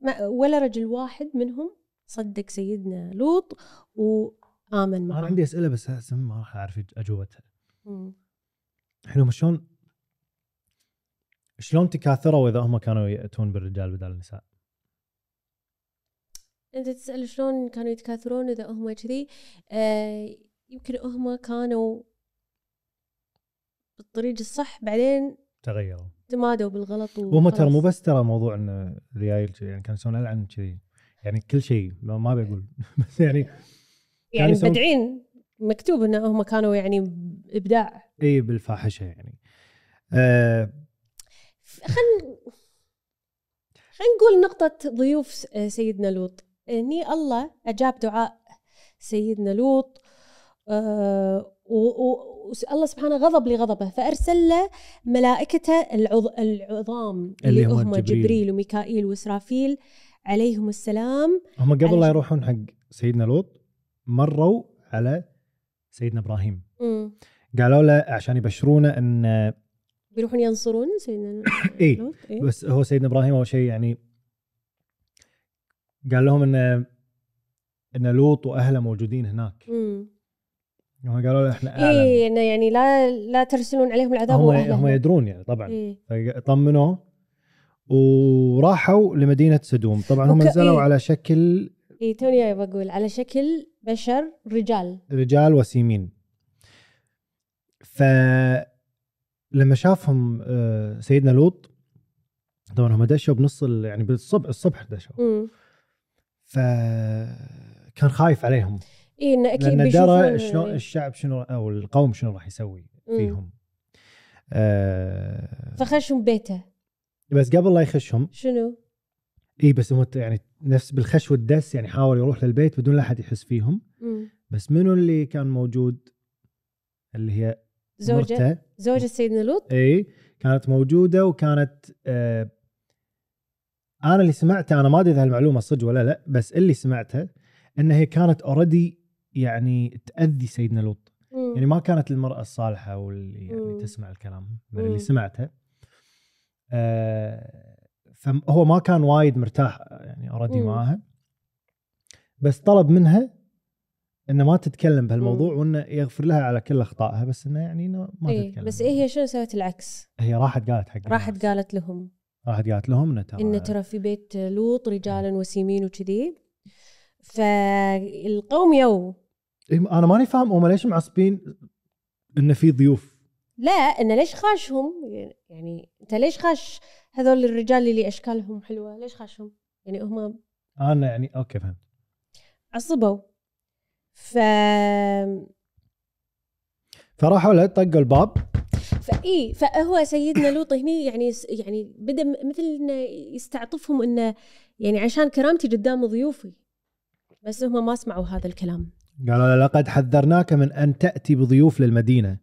[SPEAKER 2] ما- ولا رجل واحد منهم صدق سيدنا لوط وامن معه
[SPEAKER 1] انا عندي اسئله بس هسه ما راح اعرف اجوبتها
[SPEAKER 2] مم.
[SPEAKER 1] الحين هم شلون شلون تكاثروا اذا هم كانوا ياتون بالرجال بدل النساء
[SPEAKER 2] انت تسال شلون كانوا يتكاثرون اذا هم كذي آه، يمكن هم كانوا بالطريق الصح بعدين
[SPEAKER 1] تغيروا
[SPEAKER 2] تمادوا بالغلط
[SPEAKER 1] وهم ترى مو
[SPEAKER 2] وخلاص.
[SPEAKER 1] بس ترى موضوع ان ريايل شي، يعني كانوا يسوون العن كذي يعني كل شيء ما ما بقول [LAUGHS] بس يعني
[SPEAKER 2] يعني
[SPEAKER 1] يسوون-
[SPEAKER 2] بدعين مكتوب ان هم كانوا يعني ابداع
[SPEAKER 1] اي بالفاحشه يعني آه
[SPEAKER 2] خلينا خلينا نقول نقطة ضيوف س- آه، سيدنا لوط هني الله أجاب دعاء سيدنا لوط آه، و- و- وس- الله سبحانه غضب لغضبه فأرسل له ملائكته العض- العظام
[SPEAKER 1] اللي هم
[SPEAKER 2] هم
[SPEAKER 1] جبريل.
[SPEAKER 2] جبريل وميكائيل وإسرافيل عليهم السلام
[SPEAKER 1] هم قبل لا
[SPEAKER 2] علشان-
[SPEAKER 1] يروحون حق سيدنا لوط مروا على سيدنا ابراهيم
[SPEAKER 2] مم.
[SPEAKER 1] قالوا له عشان يبشرونه ان
[SPEAKER 2] بيروحون ينصرون
[SPEAKER 1] [COUGHS]
[SPEAKER 2] سيدنا
[SPEAKER 1] إيه،
[SPEAKER 2] لوط إيه؟
[SPEAKER 1] بس هو سيدنا ابراهيم اول شيء يعني قال لهم ان ان لوط واهله موجودين هناك
[SPEAKER 2] مم.
[SPEAKER 1] هم قالوا له احنا اعلم
[SPEAKER 2] إيه إنه يعني لا لا ترسلون عليهم العذاب
[SPEAKER 1] هم
[SPEAKER 2] وأهلهم.
[SPEAKER 1] هم يدرون يعني طبعا
[SPEAKER 2] إيه.
[SPEAKER 1] طمنوه وراحوا لمدينه سدوم طبعا هم
[SPEAKER 2] وك-
[SPEAKER 1] نزلوا
[SPEAKER 2] إيه.
[SPEAKER 1] على شكل
[SPEAKER 2] اي إيه، توني جاي بقول على شكل بشر رجال
[SPEAKER 1] رجال وسيمين ف لما شافهم آه، سيدنا لوط طبعا هم دشوا بنص ال- يعني بالصبح الصبح دشوا
[SPEAKER 2] امم
[SPEAKER 1] فكان خايف عليهم
[SPEAKER 2] اي انه اكيد
[SPEAKER 1] لان درى
[SPEAKER 2] إيه، بيشوفون- إيه.
[SPEAKER 1] شلون الشعب شنو او القوم شنو راح يسوي
[SPEAKER 2] مم.
[SPEAKER 1] فيهم آه
[SPEAKER 2] فخشوا بيته
[SPEAKER 1] بس قبل لا يخشهم
[SPEAKER 2] شنو؟
[SPEAKER 1] اي بس هم يعني نفس بالخش والدس يعني حاول يروح للبيت بدون لا احد يحس فيهم
[SPEAKER 2] مم.
[SPEAKER 1] بس منو اللي كان موجود اللي هي
[SPEAKER 2] زوجة
[SPEAKER 1] مرته
[SPEAKER 2] زوجة سيدنا لوط
[SPEAKER 1] اي كانت موجوده وكانت آه انا اللي سمعته انا ما ادري اذا هالمعلومه صدق ولا لا بس اللي سمعته ان هي كانت اوريدي يعني تاذي سيدنا لوط
[SPEAKER 2] مم.
[SPEAKER 1] يعني ما كانت المراه الصالحه واللي يعني
[SPEAKER 2] مم.
[SPEAKER 1] تسمع الكلام من
[SPEAKER 2] مم.
[SPEAKER 1] اللي سمعته آه فهو ما كان وايد مرتاح يعني اوريدي
[SPEAKER 2] مم.
[SPEAKER 1] معاها بس طلب منها انه ما تتكلم بهالموضوع
[SPEAKER 2] مم.
[SPEAKER 1] وانه يغفر لها على كل اخطائها بس انه يعني إنه ما
[SPEAKER 2] إيه.
[SPEAKER 1] تتكلم
[SPEAKER 2] بس إيه هي شنو سوت العكس؟
[SPEAKER 1] هي راحت قالت حق
[SPEAKER 2] راحت
[SPEAKER 1] الناس.
[SPEAKER 2] قالت لهم
[SPEAKER 1] راحت قالت لهم انه ترى
[SPEAKER 2] ان ترى في بيت لوط
[SPEAKER 1] إيه.
[SPEAKER 2] رجالا وسيمين وكذي فالقوم يو
[SPEAKER 1] إيه، انا ماني فاهم هم ليش معصبين انه في ضيوف
[SPEAKER 2] لا انه ليش خاشهم يعني انت ليش خاش هذول الرجال اللي اشكالهم حلوه ليش خاشهم يعني هم
[SPEAKER 1] انا يعني اوكي فهمت
[SPEAKER 2] عصبوا ف
[SPEAKER 1] فراحوا له طقوا الباب
[SPEAKER 2] فاي فهو سيدنا لوط هني يعني يعني بدا م- مثل انه يستعطفهم انه يعني عشان كرامتي قدام ضيوفي بس هم ما سمعوا هذا الكلام
[SPEAKER 1] قالوا له لقد حذرناك من ان تاتي بضيوف للمدينه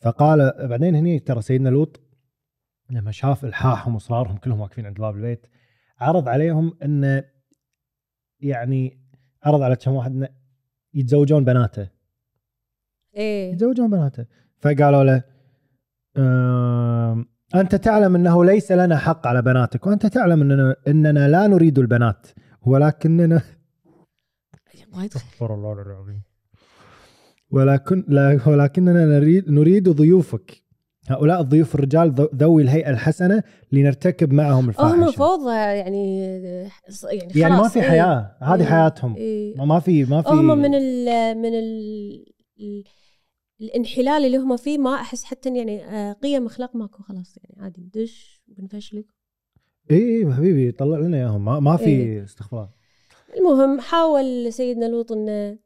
[SPEAKER 1] فقال بعدين هني ترى سيدنا لوط لما شاف الحاحهم واصرارهم كلهم واقفين عند باب البيت عرض عليهم انه يعني عرض على كم واحد انه يتزوجون بناته
[SPEAKER 2] ايه
[SPEAKER 1] يتزوجون بناته فقالوا له آم، انت تعلم انه ليس لنا حق على بناتك وانت تعلم اننا اننا لا نريد البنات ولكننا
[SPEAKER 2] وايد خ-
[SPEAKER 1] استغفر الله العظيم ولكن لا ولكننا نريد نريد ضيوفك هؤلاء الضيوف الرجال ذو- ذوي الهيئه الحسنه لنرتكب معهم
[SPEAKER 2] هم
[SPEAKER 1] الفاحشه
[SPEAKER 2] فوضى يعني يعني,
[SPEAKER 1] يعني ما
[SPEAKER 2] خلاص،
[SPEAKER 1] في
[SPEAKER 2] إيه.
[SPEAKER 1] حياه هذه
[SPEAKER 2] إيه.
[SPEAKER 1] حياتهم
[SPEAKER 2] إيه.
[SPEAKER 1] ما- ما في ما في
[SPEAKER 2] هم من ال من ال ال- الانحلال اللي هم فيه ما احس حتى يعني آه، قيم اخلاق ماكو خلاص يعني عادي ندش بنفشلك
[SPEAKER 1] اي إي إيه، حبيبي طلع لنا اياهم ما, ما في
[SPEAKER 2] إيه.
[SPEAKER 1] استغفر الله
[SPEAKER 2] المهم حاول سيدنا لوط انه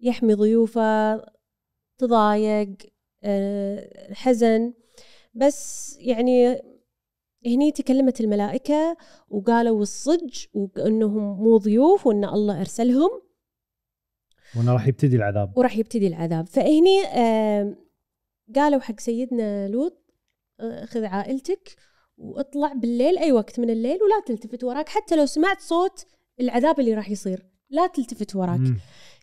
[SPEAKER 2] يحمي ضيوفه تضايق آه، حزن بس يعني هني تكلمت الملائكة وقالوا الصج وانهم مو ضيوف وان الله ارسلهم
[SPEAKER 1] وانا راح يبتدي العذاب
[SPEAKER 2] وراح يبتدي العذاب فهني آم، قالوا حق سيدنا لوط آه، خذ عائلتك واطلع بالليل اي وقت من الليل ولا تلتفت وراك حتى لو سمعت صوت العذاب اللي راح يصير لا تلتفت وراك
[SPEAKER 1] مم.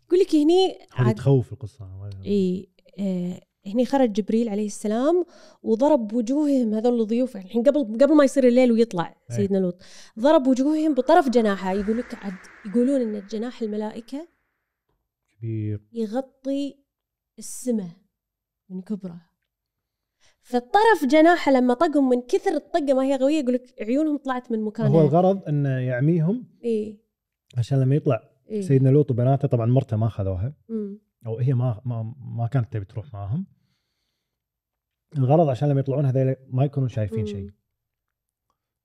[SPEAKER 2] يقول لك هني
[SPEAKER 1] هذه
[SPEAKER 2] عاد
[SPEAKER 1] تخوف القصه
[SPEAKER 2] اي آه، هني خرج جبريل عليه السلام وضرب وجوههم هذول الضيوف يعني الحين قبل قبل ما يصير الليل ويطلع
[SPEAKER 1] إيه.
[SPEAKER 2] سيدنا لوط ضرب وجوههم بطرف جناحه يقول لك عاد يقولون ان جناح الملائكه
[SPEAKER 1] كبير
[SPEAKER 2] يغطي السماء من كبره فالطرف جناحه لما طقهم من كثر الطقه ما هي قويه يقول لك عيونهم طلعت من مكانها
[SPEAKER 1] هو الغرض انه يعميهم
[SPEAKER 2] اي
[SPEAKER 1] عشان لما يطلع
[SPEAKER 2] اي
[SPEAKER 1] سيدنا لوط وبناته طبعا مرته ما خذوها
[SPEAKER 2] أمم.
[SPEAKER 1] او هي ما ما, ما كانت تبي تروح معاهم الغرض عشان لما يطلعون هذول ما يكونوا شايفين
[SPEAKER 2] مم.
[SPEAKER 1] شيء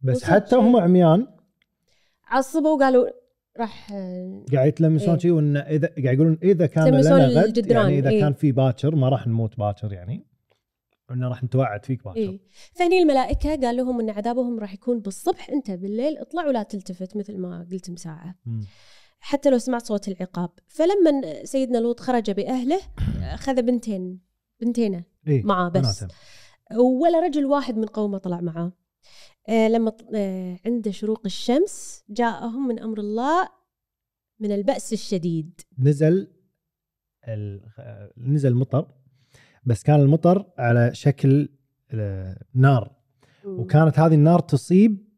[SPEAKER 1] بس
[SPEAKER 2] وصدق
[SPEAKER 1] حتى
[SPEAKER 2] شيء.
[SPEAKER 1] هم عميان
[SPEAKER 2] عصبوا وقالوا راح آه،
[SPEAKER 1] قاعد يتلمسون
[SPEAKER 2] إيه.
[SPEAKER 1] شيء وان اذا قاعد يقولون اذا كان
[SPEAKER 2] يتلمسون
[SPEAKER 1] لنا غد
[SPEAKER 2] الجدران،
[SPEAKER 1] يعني اذا
[SPEAKER 2] إيه.
[SPEAKER 1] كان في باكر ما راح نموت باكر يعني انه راح نتوعد فيك باكر
[SPEAKER 2] اي فهني الملائكه إيه. قال لهم ان عذابهم راح يكون بالصبح انت بالليل اطلع ولا تلتفت مثل ما قلت مساعه
[SPEAKER 1] مم.
[SPEAKER 2] حتى لو سمعت صوت العقاب فلما سيدنا لوط خرج باهله اخذ بنتين بنتينه
[SPEAKER 1] إيه.
[SPEAKER 2] معاه بس
[SPEAKER 1] بناتهم.
[SPEAKER 2] ولا رجل واحد من قومه طلع معاه آه، لما ط- آه، عند شروق الشمس جاءهم من امر الله من البأس الشديد
[SPEAKER 1] نزل ال... آه، نزل مطر بس كان المطر على شكل آه، نار وكانت هذه النار تصيب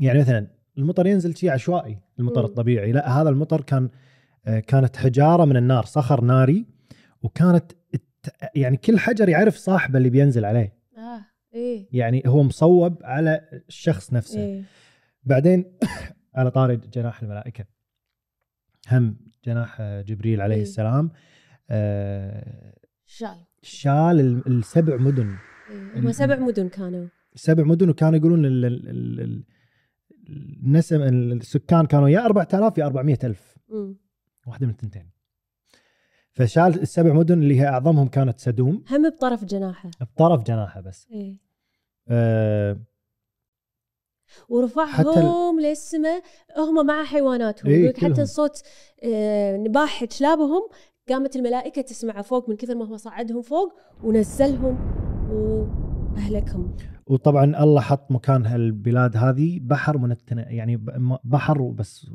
[SPEAKER 1] يعني مثلا المطر ينزل شيء عشوائي المطر
[SPEAKER 2] مم.
[SPEAKER 1] الطبيعي لا هذا المطر كان آه، كانت حجاره من النار صخر ناري وكانت الت- يعني كل حجر يعرف صاحبه اللي بينزل عليه
[SPEAKER 2] اه ايه
[SPEAKER 1] يعني هو مصوب على الشخص نفسه
[SPEAKER 2] ايه
[SPEAKER 1] بعدين [COUGHS] على طاري جناح الملائكه هم جناح آه، جبريل عليه
[SPEAKER 2] مم.
[SPEAKER 1] السلام آه،
[SPEAKER 2] شال
[SPEAKER 1] شال ال- السبع مدن
[SPEAKER 2] إيه. هم سبع مدن كانوا
[SPEAKER 1] سبع مدن وكانوا يقولون ال- ال- ال- ال- النسم السكان كانوا يا 4000 يا 400000
[SPEAKER 2] مم.
[SPEAKER 1] واحده من الثنتين فشال السبع مدن اللي هي اعظمهم كانت سدوم
[SPEAKER 2] هم بطرف جناحه
[SPEAKER 1] بطرف جناحه بس
[SPEAKER 2] ايه
[SPEAKER 1] أه
[SPEAKER 2] ورفعهم للسماء هم مع حيواناتهم
[SPEAKER 1] إيه،
[SPEAKER 2] إيه حتى
[SPEAKER 1] كلهم.
[SPEAKER 2] صوت آه، نباح كلابهم قامت الملائكه تسمعه فوق من كثر ما هو صعدهم فوق ونزلهم واهلكهم
[SPEAKER 1] وطبعا الله حط مكان هالبلاد هذه بحر منتنة يعني ب- م- بحر بس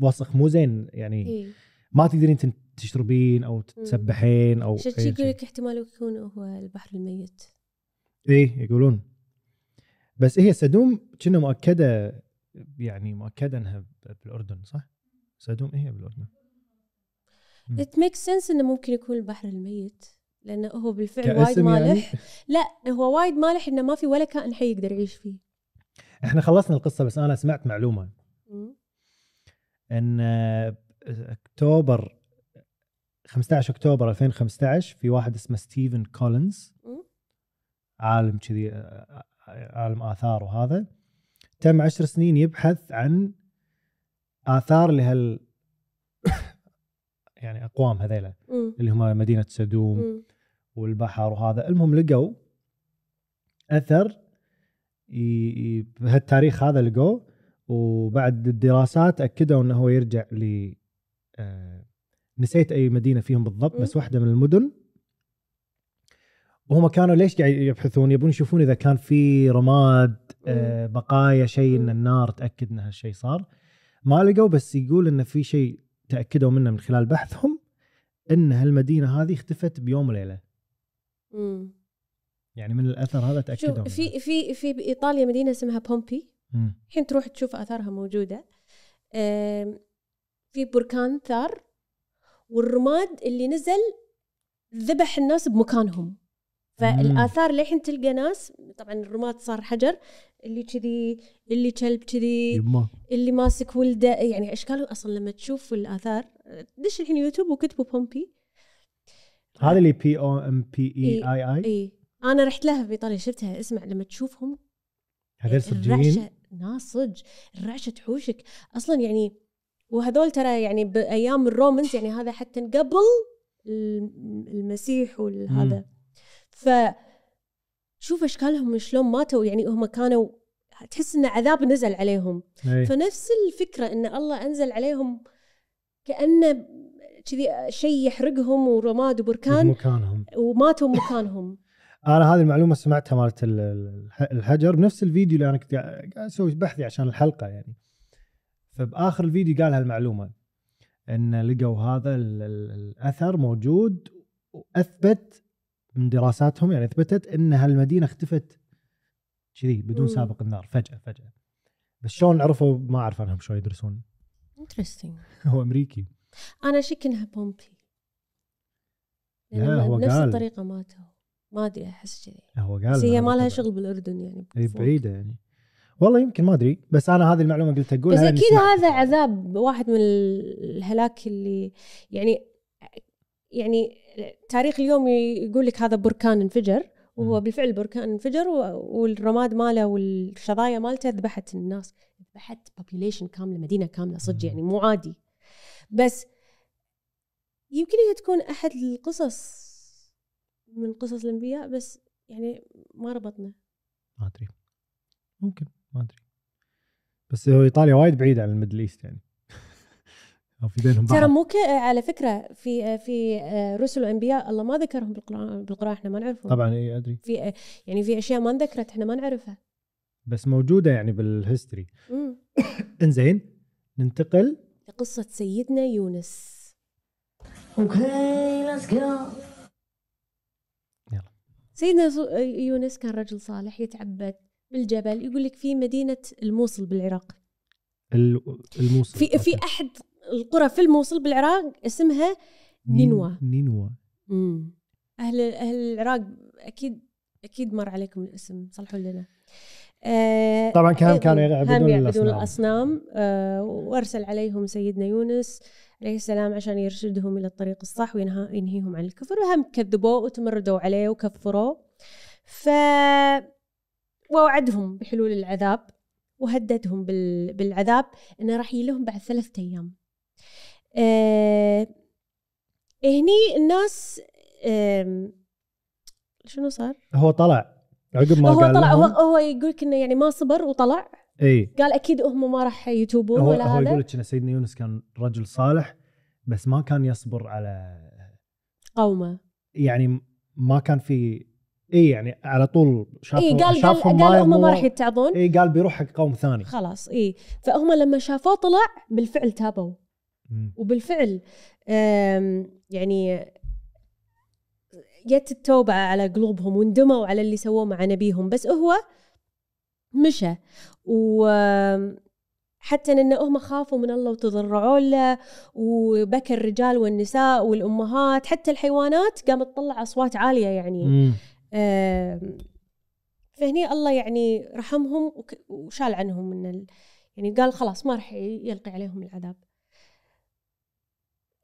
[SPEAKER 1] وسخ مو زين يعني
[SPEAKER 2] إيه.
[SPEAKER 1] ما تقدرين تن- تشربين او تتسبحين او
[SPEAKER 2] عشان
[SPEAKER 1] أي
[SPEAKER 2] شي يقول
[SPEAKER 1] شيء.
[SPEAKER 2] لك احتمال يكون هو البحر الميت
[SPEAKER 1] ايه يقولون بس إيه، هي سدوم كنا مؤكده يعني مؤكده انها ب- بالاردن صح؟ سدوم هي بالاردن
[SPEAKER 2] ات ميك سنس انه ممكن يكون البحر الميت لانه هو بالفعل وايد
[SPEAKER 1] كاسم يعني
[SPEAKER 2] مالح [LAUGHS] هو وايد مالح انه ما في ولا كائن حي يقدر يعيش فيه
[SPEAKER 1] احنا خلصنا القصه بس انا سمعت معلومه ان آه، اكتوبر 15 اكتوبر 2015 في واحد اسمه ستيفن كولينز
[SPEAKER 2] مم.
[SPEAKER 1] عالم كذي آه، عالم اثار وهذا تم عشر سنين يبحث عن اثار لهال [COUGHS] يعني اقوام هذيلا
[SPEAKER 2] مم.
[SPEAKER 1] اللي هم مدينه سدوم
[SPEAKER 2] مم.
[SPEAKER 1] والبحر وهذا المهم لقوا اثر ي- ي- بهالتاريخ هذا لقوه وبعد الدراسات اكدوا انه هو يرجع ل آه، نسيت اي مدينه فيهم بالضبط بس
[SPEAKER 2] مم.
[SPEAKER 1] واحده من المدن وهم كانوا ليش قاعد يبحثون يبون يشوفون اذا كان في رماد آه، بقايا شيء ان
[SPEAKER 2] مم.
[SPEAKER 1] النار تاكد ان هالشيء صار ما لقوا بس يقول ان في شيء تاكدوا منه من خلال بحثهم ان هالمدينه هذه اختفت بيوم وليله
[SPEAKER 2] مم.
[SPEAKER 1] يعني من الاثر هذا تاكدوا
[SPEAKER 2] شوف
[SPEAKER 1] منه.
[SPEAKER 2] في في في بايطاليا مدينه اسمها بومبي
[SPEAKER 1] مم.
[SPEAKER 2] الحين تروح تشوف اثارها موجوده آم، في بركان ثار والرماد اللي نزل ذبح الناس بمكانهم فالاثار للحين تلقى ناس طبعا الرماد صار حجر اللي كذي اللي كلب كذي
[SPEAKER 1] يما
[SPEAKER 2] اللي ماسك ولده يعني اشكاله اصلا لما تشوف الاثار دش الحين يوتيوب وكتبوا بومبي
[SPEAKER 1] هذا اللي بي او ام بي اي
[SPEAKER 2] إي.
[SPEAKER 1] اي اي
[SPEAKER 2] اي انا إيه، رحت لها في ايطاليا شفتها اسمع لما تشوفهم إيه،
[SPEAKER 1] هذول صجين
[SPEAKER 2] الرعشه ناس صج الرعشه تحوشك اصلا يعني وهذول ترى يعني بايام الرومانز يعني هذا حتى قبل الم- المسيح
[SPEAKER 1] مم.
[SPEAKER 2] والهذا ف شوف اشكالهم شلون ماتوا يعني هم كانوا تحس ان عذاب نزل عليهم
[SPEAKER 1] إي.
[SPEAKER 2] فنفس الفكره ان الله انزل عليهم كانه كذي شيء يحرقهم ورماد وبركان
[SPEAKER 1] مكانهم
[SPEAKER 2] وماتوا مكانهم
[SPEAKER 1] انا هذه المعلومه سمعتها مالت ال- ال- الحجر بنفس الفيديو اللي انا كنت قاعد قاعد اسوي بحثي عشان الحلقه يعني فباخر الفيديو قال هالمعلومه ان لقوا هذا ال- ال- الاثر موجود واثبت من دراساتهم يعني اثبتت ان هالمدينه اختفت كذي بدون
[SPEAKER 2] مم.
[SPEAKER 1] سابق النار فجاه فجاه بس شلون عرفوا ما اعرف عنهم شو يدرسون [LAUGHS]
[SPEAKER 2] انترستنج
[SPEAKER 1] هو امريكي
[SPEAKER 2] انا اشك انها بومبي
[SPEAKER 1] لا،
[SPEAKER 2] لأن
[SPEAKER 1] هو
[SPEAKER 2] بنفس
[SPEAKER 1] قال.
[SPEAKER 2] الطريقه ماتوا ما ادري احس كذي
[SPEAKER 1] هو قال
[SPEAKER 2] بس
[SPEAKER 1] إن
[SPEAKER 2] هي
[SPEAKER 1] هذا
[SPEAKER 2] ما لها
[SPEAKER 1] تبع-
[SPEAKER 2] شغل بالاردن يعني
[SPEAKER 1] هي
[SPEAKER 2] فوق.
[SPEAKER 1] بعيده يعني والله يمكن ما ادري بس انا هذه المعلومه قلت اقولها
[SPEAKER 2] بس
[SPEAKER 1] لأني
[SPEAKER 2] اكيد
[SPEAKER 1] سمعت.
[SPEAKER 2] هذا عذاب واحد من ال- الهلاك اللي يعني يعني تاريخ اليوم ي- يقول لك هذا بركان انفجر وهو
[SPEAKER 1] مم.
[SPEAKER 2] بالفعل بركان انفجر و- والرماد ماله والشظايا مالته ذبحت الناس ذبحت population كامله مدينه كامله صدق
[SPEAKER 1] مم.
[SPEAKER 2] يعني مو عادي بس يمكن هي تكون احد القصص من قصص الانبياء بس يعني ما ربطنا
[SPEAKER 1] ما ادري ممكن ما ادري بس هو ايطاليا وايد بعيده عن الميدل ايست [LAUGHS] يعني او في بينهم
[SPEAKER 2] ترى
[SPEAKER 1] بحر
[SPEAKER 2] مو ك- على فكره في في آه، رسل وانبياء الله ما ذكرهم بالقران بالقران احنا ما نعرفهم
[SPEAKER 1] طبعا اي ادري
[SPEAKER 2] في يعني في اشياء ما انذكرت احنا ما نعرفها
[SPEAKER 1] بس موجوده يعني بالهيستوري
[SPEAKER 2] امم
[SPEAKER 1] انزين ننتقل
[SPEAKER 2] قصه سيدنا يونس
[SPEAKER 3] Okay, let's go.
[SPEAKER 2] سيدنا سو- يونس كان رجل صالح يتعبد بالجبل يقول لك في مدينه الموصل بالعراق
[SPEAKER 1] ال- الموصل
[SPEAKER 2] في في
[SPEAKER 1] أوكي.
[SPEAKER 2] احد القرى في الموصل بالعراق اسمها نينوى.
[SPEAKER 1] نينوى
[SPEAKER 2] امم اهل اهل العراق اكيد اكيد مر عليكم الاسم صلحوا لنا آه،
[SPEAKER 1] طبعاً كان-
[SPEAKER 2] أيضاً
[SPEAKER 1] كانوا يعبدون
[SPEAKER 2] هم يعبدون
[SPEAKER 1] الأصنام.
[SPEAKER 2] الاصنام آه، وارسل عليهم سيدنا يونس عليه السلام عشان يرشدهم الى الطريق الصح وينهيهم عن الكفر وهم كذبوه وتمردوا عليه وكفروه ف ووعدهم بحلول العذاب وهددهم بال... بالعذاب انه راح يجي لهم بعد ثلاثة ايام. آه... هني الناس آم... شنو صار؟
[SPEAKER 1] هو طلع عقب ما
[SPEAKER 2] هو
[SPEAKER 1] قال
[SPEAKER 2] طلع هو,
[SPEAKER 1] لهم
[SPEAKER 2] هو يقول لك انه يعني ما صبر وطلع
[SPEAKER 1] اي
[SPEAKER 2] قال اكيد هم ما راح يتوبون
[SPEAKER 1] هو
[SPEAKER 2] ولا
[SPEAKER 1] هو
[SPEAKER 2] هذا
[SPEAKER 1] يقول لك ان سيدنا يونس كان رجل صالح بس ما كان يصبر على
[SPEAKER 2] قومه
[SPEAKER 1] يعني ما كان في اي يعني على طول شافهم
[SPEAKER 2] اي إيه، قال قال,
[SPEAKER 1] شافهم
[SPEAKER 2] قال هم
[SPEAKER 1] مو- إيه.
[SPEAKER 2] ما راح يتعظون
[SPEAKER 1] اي قال بيروح حق قوم ثاني
[SPEAKER 2] خلاص اي فهم لما شافوه طلع بالفعل تابوا
[SPEAKER 1] مم.
[SPEAKER 2] وبالفعل آم، يعني جت التوبة على قلوبهم واندموا على اللي سووه مع نبيهم بس هو مشى وحتى حتى ان هم خافوا من الله وتضرعوا له وبكى الرجال والنساء والامهات حتى الحيوانات قامت تطلع اصوات عاليه يعني
[SPEAKER 1] مم.
[SPEAKER 2] آم، فهني الله يعني رحمهم وك- وشال عنهم من ال... يعني قال خلاص ما راح يلقي عليهم العذاب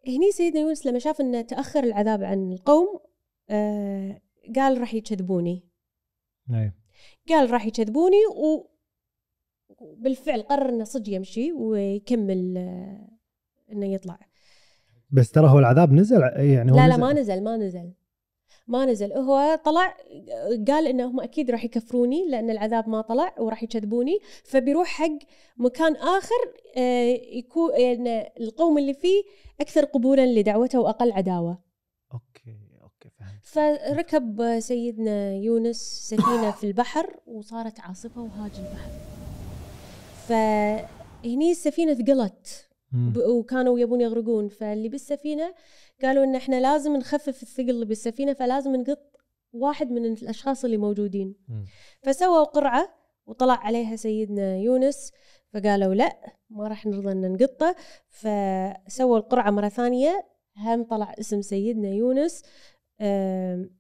[SPEAKER 2] هني سيدنا يونس لما شاف انه تاخر العذاب عن القوم آه، قال راح يكذبوني
[SPEAKER 1] إيه.
[SPEAKER 2] قال راح يكذبوني و وبالفعل قرر انه صدق يمشي ويكمل آه، انه يطلع
[SPEAKER 1] بس ترى هو العذاب نزل ع- إيه، يعني هو
[SPEAKER 2] لا لا
[SPEAKER 1] نزل.
[SPEAKER 2] ما نزل ما نزل ما نزل هو طلع قال انه هم اكيد راح يكفروني لان العذاب ما طلع وراح يكذبوني فبيروح حق مكان اخر يكون يعني القوم اللي فيه اكثر قبولا لدعوته واقل عداوه
[SPEAKER 1] اوكي اوكي فهمت
[SPEAKER 2] فركب سيدنا يونس سفينه في البحر وصارت عاصفه وهاج البحر فهني السفينه ثقلت
[SPEAKER 1] مم.
[SPEAKER 2] ب- وكانوا يبون يغرقون فاللي بالسفينه قالوا ان احنا لازم نخفف الثقل اللي بالسفينه فلازم نقط واحد من الاشخاص اللي موجودين
[SPEAKER 1] مم.
[SPEAKER 2] فسووا قرعه وطلع عليها سيدنا يونس فقالوا لا ما راح نرضى ان نقطه فسووا القرعه مره ثانيه هم طلع اسم سيدنا يونس آم،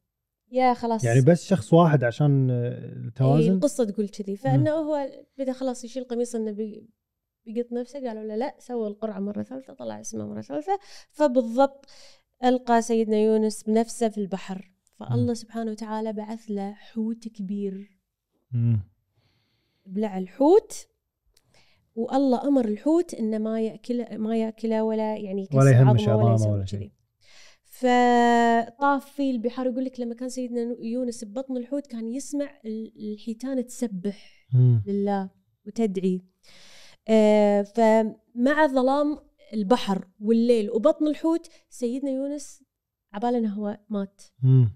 [SPEAKER 2] يا خلاص
[SPEAKER 1] يعني بس شخص واحد عشان آه،
[SPEAKER 2] إيه،
[SPEAKER 1] التوازن
[SPEAKER 2] القصه تقول كذي فانه هو بدا خلاص يشيل قميص انه بي- بيقط نفسه قالوا له لا سوى القرعه مره ثالثه طلع اسمه مره ثالثه فبالضبط القى سيدنا يونس بنفسه في البحر فالله
[SPEAKER 1] مم.
[SPEAKER 2] سبحانه وتعالى بعث له حوت كبير إيه،
[SPEAKER 1] مم.
[SPEAKER 2] بلع الحوت والله امر الحوت انه ما ياكله ما ياكله ولا يعني يكسر
[SPEAKER 1] ولا يهمش
[SPEAKER 2] عظمه
[SPEAKER 1] عظامه
[SPEAKER 2] ولا يسوي
[SPEAKER 1] ولا شيء.
[SPEAKER 2] كذي فطاف فيه البحار يقول لك لما كان سيدنا يونس ببطن الحوت كان يسمع ال- الحيتان تسبح
[SPEAKER 1] مم.
[SPEAKER 2] لله وتدعي آه، فمع ظلام البحر والليل وبطن الحوت سيدنا يونس عباله انه هو مات
[SPEAKER 1] مم.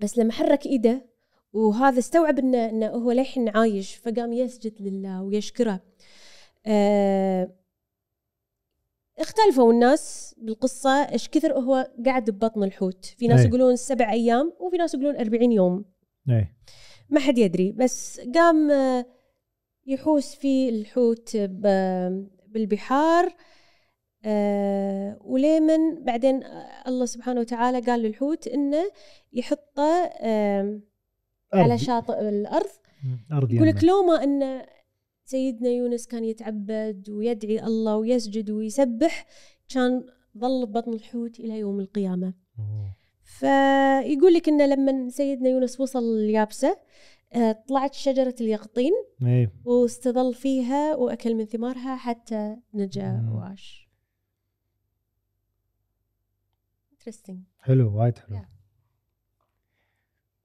[SPEAKER 2] بس لما حرك ايده وهذا استوعب انه انه هو للحين عايش فقام يسجد لله ويشكره آه، اختلفوا الناس بالقصة ايش كثر هو قاعد ببطن الحوت في ناس
[SPEAKER 1] أي.
[SPEAKER 2] يقولون سبع ايام وفي ناس يقولون أربعين يوم
[SPEAKER 1] ايه
[SPEAKER 2] ما حد يدري بس قام آه، يحوس في الحوت ب- بالبحار آه، وليمن بعدين آه، الله سبحانه وتعالى قال للحوت انه يحطه آم، على
[SPEAKER 1] أرض-
[SPEAKER 2] شاطئ الارض
[SPEAKER 1] مم. ارض
[SPEAKER 2] يقول
[SPEAKER 1] يمه.
[SPEAKER 2] لك لو ما ان سيدنا يونس كان يتعبد ويدعي الله ويسجد ويسبح كان ظل ببطن الحوت الى يوم القيامه
[SPEAKER 1] أوه.
[SPEAKER 2] فيقول لك انه لما سيدنا يونس وصل اليابسه آه، طلعت شجره اليقطين
[SPEAKER 1] ايه
[SPEAKER 2] واستظل فيها واكل من ثمارها حتى نجا
[SPEAKER 1] مم.
[SPEAKER 2] وعاش. Interesting.
[SPEAKER 1] حلو وايد حلو
[SPEAKER 2] Yeah.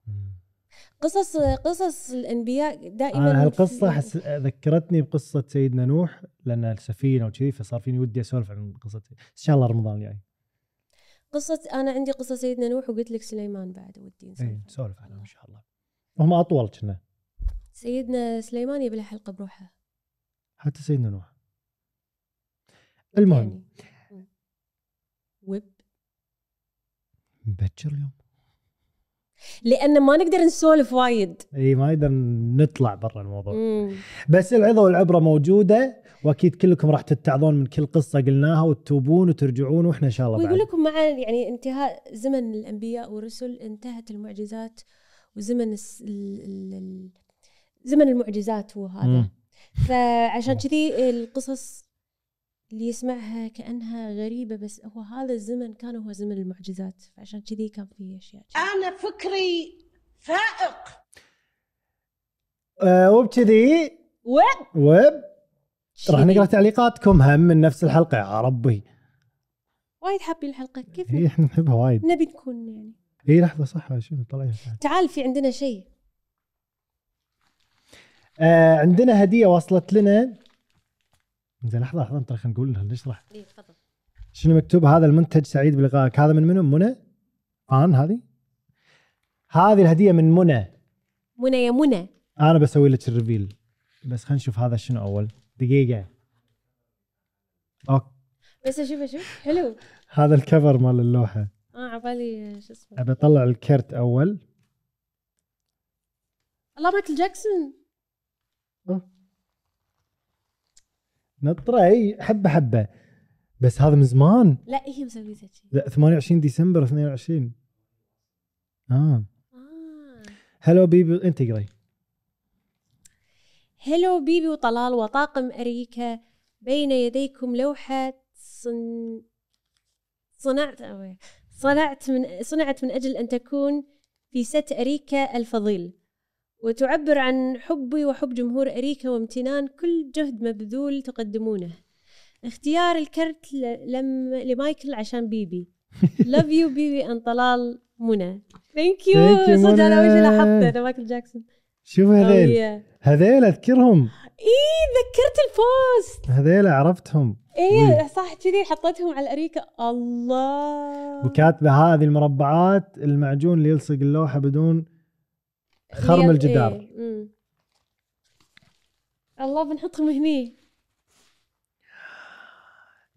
[SPEAKER 1] مم.
[SPEAKER 2] قصص قصص الانبياء [LAUGHS] دائما
[SPEAKER 1] انا هالقصه حس... ذكرتني بقصه سيدنا نوح لان السفينه وكذي فصار فيني ودي اسولف عن قصه ان شاء الله رمضان الجاي
[SPEAKER 2] قصه انا عندي قصه سيدنا نوح وقلت لك سليمان بعد ودي
[SPEAKER 1] اي
[SPEAKER 2] نسولف
[SPEAKER 1] إيه، نسولف عنها ان شاء الله هم اطول كنا
[SPEAKER 2] سيدنا سليمان يبي له حلقه بروحه
[SPEAKER 1] حتى سيدنا نوح المهم
[SPEAKER 2] يعني. مم. وب
[SPEAKER 1] مبكر اليوم
[SPEAKER 2] لان ما نقدر نسولف وايد
[SPEAKER 1] اي إيه، ما نقدر نطلع برا الموضوع
[SPEAKER 2] مم.
[SPEAKER 1] بس العظه والعبره موجوده واكيد كلكم راح تتعظون من كل قصه قلناها وتتوبون وترجعون واحنا ان شاء الله
[SPEAKER 2] ويقول
[SPEAKER 1] بعد
[SPEAKER 2] لكم مع يعني انتهاء زمن الانبياء والرسل انتهت المعجزات وزمن الس... ال... ال... ال... زمن المعجزات وهذا
[SPEAKER 1] مم.
[SPEAKER 2] فعشان كذي القصص اللي يسمعها كانها غريبه بس هو هذا الزمن كان هو زمن المعجزات فعشان كذي كان فيه اشياء جديدة.
[SPEAKER 3] أنا فكري فائق
[SPEAKER 1] آه وبكذي
[SPEAKER 2] و
[SPEAKER 1] وب راح
[SPEAKER 2] شذي.
[SPEAKER 1] نقرا تعليقاتكم هم من نفس الحلقه يا ربي
[SPEAKER 2] وايد حابين الحلقه كيف
[SPEAKER 1] هي احنا إيه، نحبها وايد
[SPEAKER 2] نبي نكون يعني
[SPEAKER 1] هي لحظه صح شنو طلع إيه؟
[SPEAKER 2] تعال في عندنا شيء
[SPEAKER 1] آه عندنا هديه وصلت لنا زين لحظه لحظه ترى خلينا نقول نشرح
[SPEAKER 2] إيه، تفضل
[SPEAKER 1] شنو مكتوب هذا المنتج سعيد بلقائك هذا من منو منى آن هذه هذه الهديه من منى
[SPEAKER 2] منى يا منى
[SPEAKER 1] انا بسوي لك الريفيل بس خلينا نشوف هذا شنو اول دقيقه اوكي
[SPEAKER 2] بس اشوف اشوف حلو
[SPEAKER 1] هذا الكفر مال اللوحه
[SPEAKER 2] اه عبالي شو اسمه
[SPEAKER 1] ابي اطلع الكرت اول
[SPEAKER 2] الله مايكل جاكسون
[SPEAKER 1] أه. نطره اي حبه حبه بس هذا من زمان
[SPEAKER 2] لا هي مسويتها شيء
[SPEAKER 1] لا 28 ديسمبر 22 اه
[SPEAKER 2] آه.
[SPEAKER 1] هلو بيبي انت اقري
[SPEAKER 2] هلو بيبي وطلال وطاقم أريكة بين يديكم لوحة صن... صنعت أوي. صنعت من صنعت من أجل أن تكون في ست أريكة الفضيل وتعبر عن حبي وحب جمهور أريكة وامتنان كل جهد مبذول تقدمونه اختيار الكرت ل... لم... لمايكل
[SPEAKER 1] [LAUGHS]
[SPEAKER 2] عشان بيبي لاف يو بيبي أن طلال منى ثانك
[SPEAKER 1] Thank you،
[SPEAKER 2] يو صدق انا
[SPEAKER 1] منى.
[SPEAKER 2] أول شي لاحظته أنا مايكل جاكسون
[SPEAKER 1] شوف هذيل
[SPEAKER 2] قوية.
[SPEAKER 1] هذيل اذكرهم
[SPEAKER 2] ايه ذكرت البوست
[SPEAKER 1] هذيل عرفتهم
[SPEAKER 2] ايه صح كذي حطيتهم على الاريكه الله
[SPEAKER 1] وكاتبه هذه المربعات المعجون اللي يلصق اللوحه بدون خرم
[SPEAKER 2] ريال-
[SPEAKER 1] الجدار
[SPEAKER 2] إيه. أمم. الله بنحطهم هني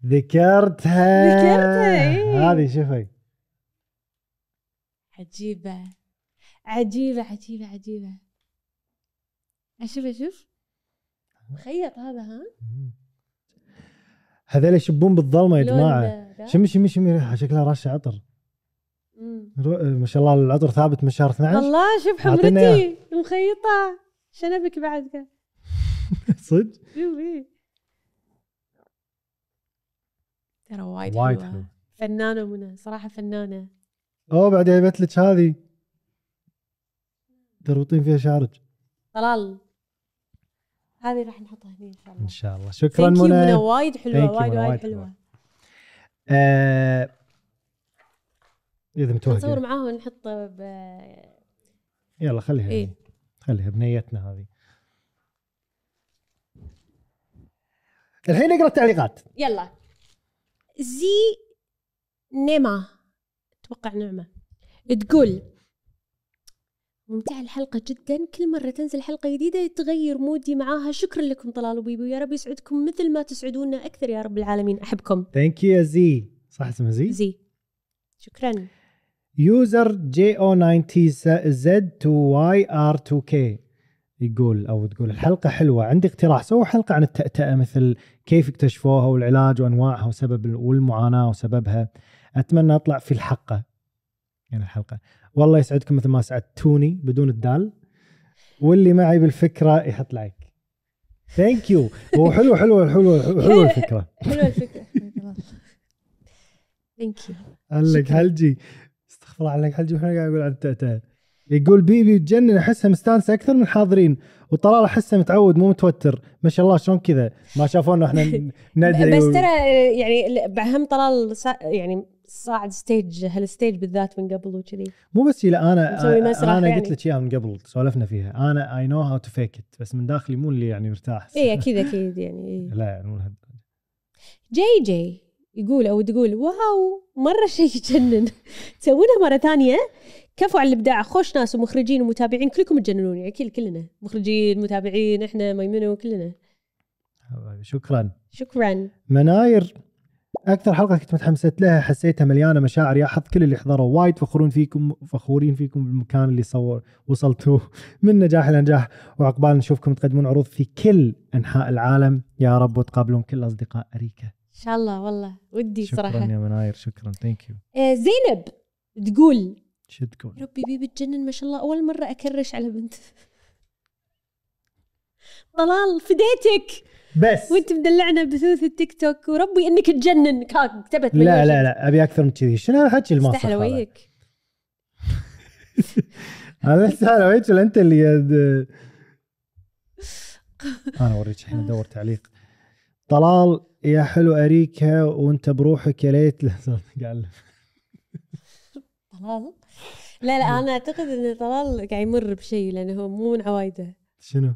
[SPEAKER 1] ذكرتها
[SPEAKER 2] ذكرتها، إيه.
[SPEAKER 1] هذه شوفي
[SPEAKER 2] عجيبه عجيبه عجيبه عجيبه اشوف اشوف مخيط هذا ها
[SPEAKER 1] هذيل يشبون بالظلمه يا
[SPEAKER 2] لون آه،
[SPEAKER 1] جماعه
[SPEAKER 2] ذا.
[SPEAKER 1] شمي شمي شمي ريحها شكلها رشه عطر
[SPEAKER 2] أمم.
[SPEAKER 1] رو- ما شاء الله العطر ثابت من شهر 12
[SPEAKER 2] الله شوف
[SPEAKER 1] أعطينا
[SPEAKER 2] حمرتي مخيطه شنبك بعد كده.
[SPEAKER 1] [LAUGHS] صدق
[SPEAKER 2] شوف إيه. ترى وايد
[SPEAKER 1] وايد
[SPEAKER 2] حلوة.
[SPEAKER 1] حلو
[SPEAKER 2] فنانة منى صراحة فنانة
[SPEAKER 1] اوه بعد جايبت لك هذه تربطين فيها شعرك
[SPEAKER 2] طلال هذه راح نحطها هنا ان شاء الله
[SPEAKER 1] ان شاء الله شكرا
[SPEAKER 2] ثانك يو منى
[SPEAKER 1] منى
[SPEAKER 2] وايد
[SPEAKER 1] Thank
[SPEAKER 2] حلوة
[SPEAKER 1] you،
[SPEAKER 2] وايد
[SPEAKER 1] منى،
[SPEAKER 2] وايد
[SPEAKER 1] وايد
[SPEAKER 2] حلوة
[SPEAKER 1] آه، اذا
[SPEAKER 2] نصور
[SPEAKER 1] متوهقه
[SPEAKER 2] معاهم ونحط ب
[SPEAKER 1] يلا خليها
[SPEAKER 2] إيه.
[SPEAKER 1] إيه؟ خليها بنيتنا هذه الحين اقرا التعليقات
[SPEAKER 2] يلا زي نيما اتوقع نعمة تقول ممتعة الحلقة جدا كل مرة تنزل حلقة جديدة يتغير مودي معاها شكرا لكم طلال وبيبي ويا رب يسعدكم مثل ما تسعدونا أكثر يا رب العالمين أحبكم
[SPEAKER 1] ثانك يو يا زي صح اسمها زي؟
[SPEAKER 2] زي شكرا
[SPEAKER 1] يوزر جي او 9 تي زد 2 واي ار 2 كي يقول او تقول الحلقه حلوه عندي اقتراح سووا حلقه عن التأتأة مثل كيف اكتشفوها والعلاج وانواعها وسبب والمعاناه وسببها اتمنى اطلع في الحقه يعني الحلقه والله يسعدكم مثل ما سعدتوني بدون الدال واللي معي بالفكره يحط لايك ثانك يو وحلو حلو حلو حلو الفكره
[SPEAKER 2] حلوه [LAUGHS] الفكره ثانك يو
[SPEAKER 1] قال لك
[SPEAKER 2] شكراً.
[SPEAKER 1] حلجي استغفر الله قال لك حلجي واحنا قاعد نقول عن التأتأة يقول بيبي تجنن احسها مستانسه اكثر من الحاضرين وطلال احسها متعود مو متوتر ما شاء الله شلون كذا ما شافونا احنا
[SPEAKER 2] [LAUGHS]
[SPEAKER 1] ن- ندعي
[SPEAKER 2] بس
[SPEAKER 1] و-
[SPEAKER 2] ترى آه، يعني ال- بعهم طلال سا يعني صاعد ستيج هالستيج بالذات من قبل وكذي
[SPEAKER 1] مو بس شي، لا انا
[SPEAKER 2] مسوي مسرح
[SPEAKER 1] انا
[SPEAKER 2] يعني.
[SPEAKER 1] قلت لك اياها من قبل سولفنا فيها انا اي نو هاو تو فيك ات بس من داخلي مو اللي يعني مرتاح
[SPEAKER 2] اي اكيد اكيد يعني إيه.
[SPEAKER 1] لا يعني مو لهالد-
[SPEAKER 2] جي جي يقول او تقول واو مره شيء يجنن [LAUGHS] تسوونها مره ثانيه كفو على الابداع خوش ناس ومخرجين ومتابعين كلكم تجننون يعني كل كلنا مخرجين متابعين احنا ميمنه كلنا
[SPEAKER 1] شكرا
[SPEAKER 2] شكرا
[SPEAKER 1] مناير اكثر حلقه كنت متحمست لها حسيتها مليانه مشاعر يا حظ كل اللي حضروا وايد فخورين فيكم فخورين فيكم بالمكان اللي صور وصلتوه [LAUGHS] من نجاح الى نجاح وعقبال نشوفكم تقدمون عروض في كل انحاء العالم يا رب وتقابلون كل اصدقاء اريكا
[SPEAKER 2] ان شاء الله والله ودي
[SPEAKER 1] شكرا
[SPEAKER 2] صراحه
[SPEAKER 1] يا مناير شكرا ثانك يو
[SPEAKER 2] آه، زينب تقول
[SPEAKER 1] شو تقول؟
[SPEAKER 2] يا ربي بيبي تجنن ما شاء الله اول مره اكرش على بنت طلال فديتك
[SPEAKER 1] بس
[SPEAKER 2] وانت مدلعنا بثوث التيك توك وربي انك تجنن كا- كتبت
[SPEAKER 1] لا لا لا ابي اكثر من كذي شنو هالحكي الماسخ
[SPEAKER 2] استحلى
[SPEAKER 1] هذا؟
[SPEAKER 2] وجهك
[SPEAKER 1] انا استحلى وجهك ولا انت اللي قاعد- انا اوريك الحين ادور تعليق طلال يا حلو اريكا وانت بروحك يا ليت [LAUGHS] لا، صار قال
[SPEAKER 2] طلال لا لا انا اعتقد ان طلال قاعد يمر بشيء لانه هو مو من عوايده
[SPEAKER 1] شنو؟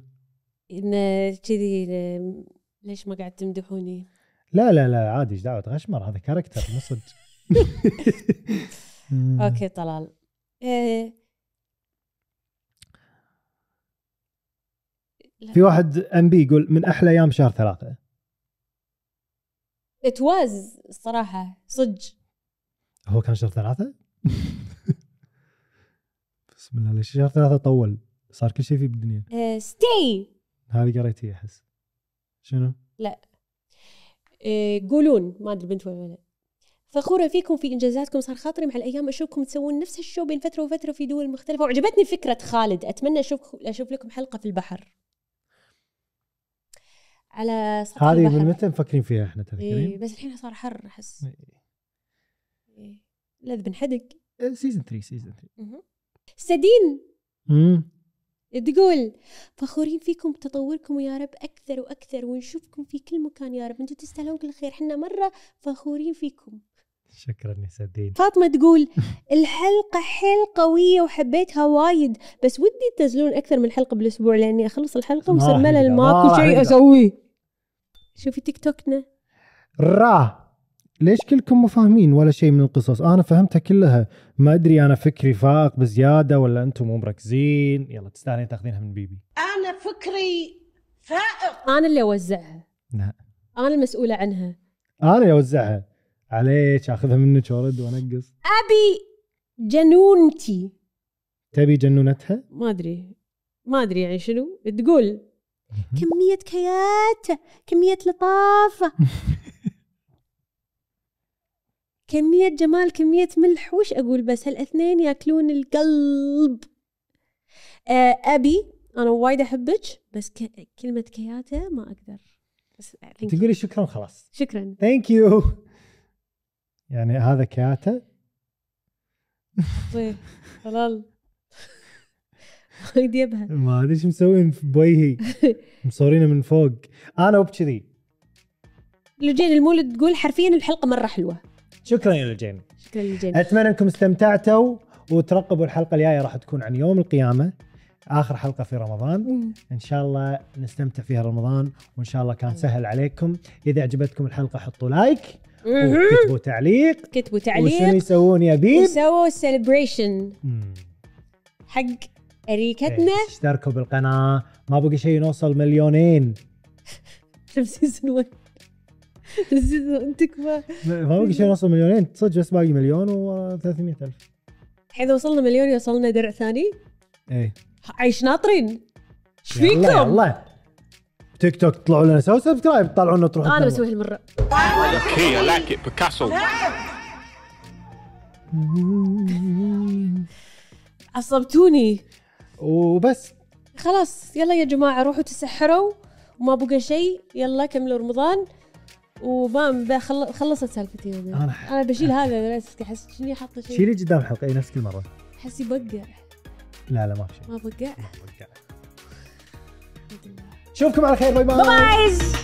[SPEAKER 2] انه كذي ل- ليش ما قاعد تمدحوني؟
[SPEAKER 1] لا لا لا عادي ايش دعوه غشمر هذا كاركتر مو صدق
[SPEAKER 2] اوكي طلال آه،
[SPEAKER 1] في واحد ام بي يقول من احلى ايام شهر ثلاثه
[SPEAKER 2] اتواز الصراحه صدق
[SPEAKER 1] هو كان شهر ثلاثه؟ [LAUGHS] بسم الله ليش شهر ثلاثه طول صار
[SPEAKER 2] آه،
[SPEAKER 1] كل شيء فيه بالدنيا
[SPEAKER 2] ستي
[SPEAKER 1] هذه قريتيه احس شنو؟
[SPEAKER 2] لا. آه، قولون ما ادري بنت ولا ولد فخورة فيكم في انجازاتكم صار خاطري مع الايام اشوفكم تسوون نفس الشو بين فتره وفتره في دول مختلفه وعجبتني فكره خالد اتمنى اشوف اشوف لكم حلقه في البحر على سطح
[SPEAKER 1] هذه
[SPEAKER 2] البحر
[SPEAKER 1] من متى مفكرين فيها احنا
[SPEAKER 2] إيه
[SPEAKER 1] تذكرين؟
[SPEAKER 2] بس الحين صار حر احس إيه. لا بنحدق
[SPEAKER 1] سيزون 3 سيزون 3
[SPEAKER 2] مهم. سدين
[SPEAKER 1] امم
[SPEAKER 2] تقول فخورين فيكم بتطوركم ويا رب اكثر واكثر ونشوفكم في كل مكان يا رب انتم تستاهلون كل خير احنا مره فخورين فيكم
[SPEAKER 1] شكرا يا سدين
[SPEAKER 2] فاطمه تقول الحلقه حيل قويه وحبيتها وايد بس ودي تنزلون اكثر من حلقه بالاسبوع لاني اخلص الحلقه
[SPEAKER 1] ما
[SPEAKER 2] وصار
[SPEAKER 1] راح
[SPEAKER 2] ملل
[SPEAKER 1] نقدر،
[SPEAKER 2] ماكو
[SPEAKER 1] ما راح
[SPEAKER 2] شيء
[SPEAKER 1] نقدر.
[SPEAKER 2] اسويه شوفي تيك توكنا
[SPEAKER 1] را ليش كلكم مو فاهمين ولا شيء من القصص انا فهمتها كلها ما ادري انا فكري فائق بزياده ولا انتم مو مركزين يلا تستاهلين تاخذينها من بيبي
[SPEAKER 3] أنا فكري فائق
[SPEAKER 2] انا اللي اوزعها
[SPEAKER 1] لا.
[SPEAKER 2] انا المسؤوله عنها
[SPEAKER 1] انا اللي اوزعها عليك اخذها منك وارد وانقص
[SPEAKER 2] ابي جنونتي
[SPEAKER 1] تبي جنونتها
[SPEAKER 2] ما ادري ما ادري يعني شنو تقول كمية كيات كمية لطافة [LAUGHS] كمية جمال كمية ملح وش أقول بس هالاثنين ياكلون القلب آه، أبي أنا وايد أحبك بس ك... كلمة كياتة ما أقدر بس thank you.
[SPEAKER 1] تقولي شكرا خلاص
[SPEAKER 2] شكرا
[SPEAKER 1] ثانك يو يعني هذا كياته
[SPEAKER 2] طيب، حلال [LAUGHS] وايد يبها
[SPEAKER 1] ما ادري ايش مسوين في
[SPEAKER 2] [LAUGHS]
[SPEAKER 1] بويهي مصورينه من فوق انا وبكذي
[SPEAKER 2] لجين المولد تقول حرفيا الحلقة مرة حلوة
[SPEAKER 1] شكرا يا لجين
[SPEAKER 2] شكرا لجين
[SPEAKER 1] اتمنى انكم استمتعتوا وترقبوا الحلقه الجايه راح تكون عن يوم القيامه اخر حلقه في رمضان ان شاء الله نستمتع فيها رمضان وان شاء الله كان سهل عليكم اذا عجبتكم الحلقه حطوا لايك وكتبوا تعليق
[SPEAKER 2] كتبوا
[SPEAKER 1] وشنو
[SPEAKER 2] تعليق
[SPEAKER 1] يسوون يا بيب
[SPEAKER 2] وسووا سيلبريشن
[SPEAKER 1] مم.
[SPEAKER 2] حق اريكتنا
[SPEAKER 1] إيه، اشتركوا بالقناه ما بقي شيء نوصل مليونين إيه.
[SPEAKER 2] في سيزون 1 [LAUGHS] سيزون تكبر
[SPEAKER 1] ما بقي شيء نوصل مليونين صدق بس باقي مليون و300 الف
[SPEAKER 2] الحين إذا وصلنا مليون يوصلنا درع ثاني
[SPEAKER 1] ايه
[SPEAKER 2] عايش ناطرين ايش
[SPEAKER 1] يلا
[SPEAKER 2] فيكم؟
[SPEAKER 1] يلا تيك توك طلعوا لنا سووا سبسكرايب طلعوا لنا تروحوا
[SPEAKER 2] انا
[SPEAKER 1] تناموا.
[SPEAKER 2] بسوي هالمره
[SPEAKER 4] Okay, I like it. Picasso.
[SPEAKER 2] عصبتوني
[SPEAKER 1] وبس
[SPEAKER 2] خلاص يلا يا جماعه روحوا تسحروا وما بقى شيء يلا كملوا رمضان وما بخل- خلصت سالفتي انا
[SPEAKER 1] انا
[SPEAKER 2] انا بشيل هذا بس احس شني حاطه شيء
[SPEAKER 1] شيلي قدام الحلقه اي نفس كل مره
[SPEAKER 2] احس يبقع
[SPEAKER 1] لا لا ما في شيء
[SPEAKER 2] ما بقع
[SPEAKER 1] شوفكم على خير باي باي
[SPEAKER 2] بايز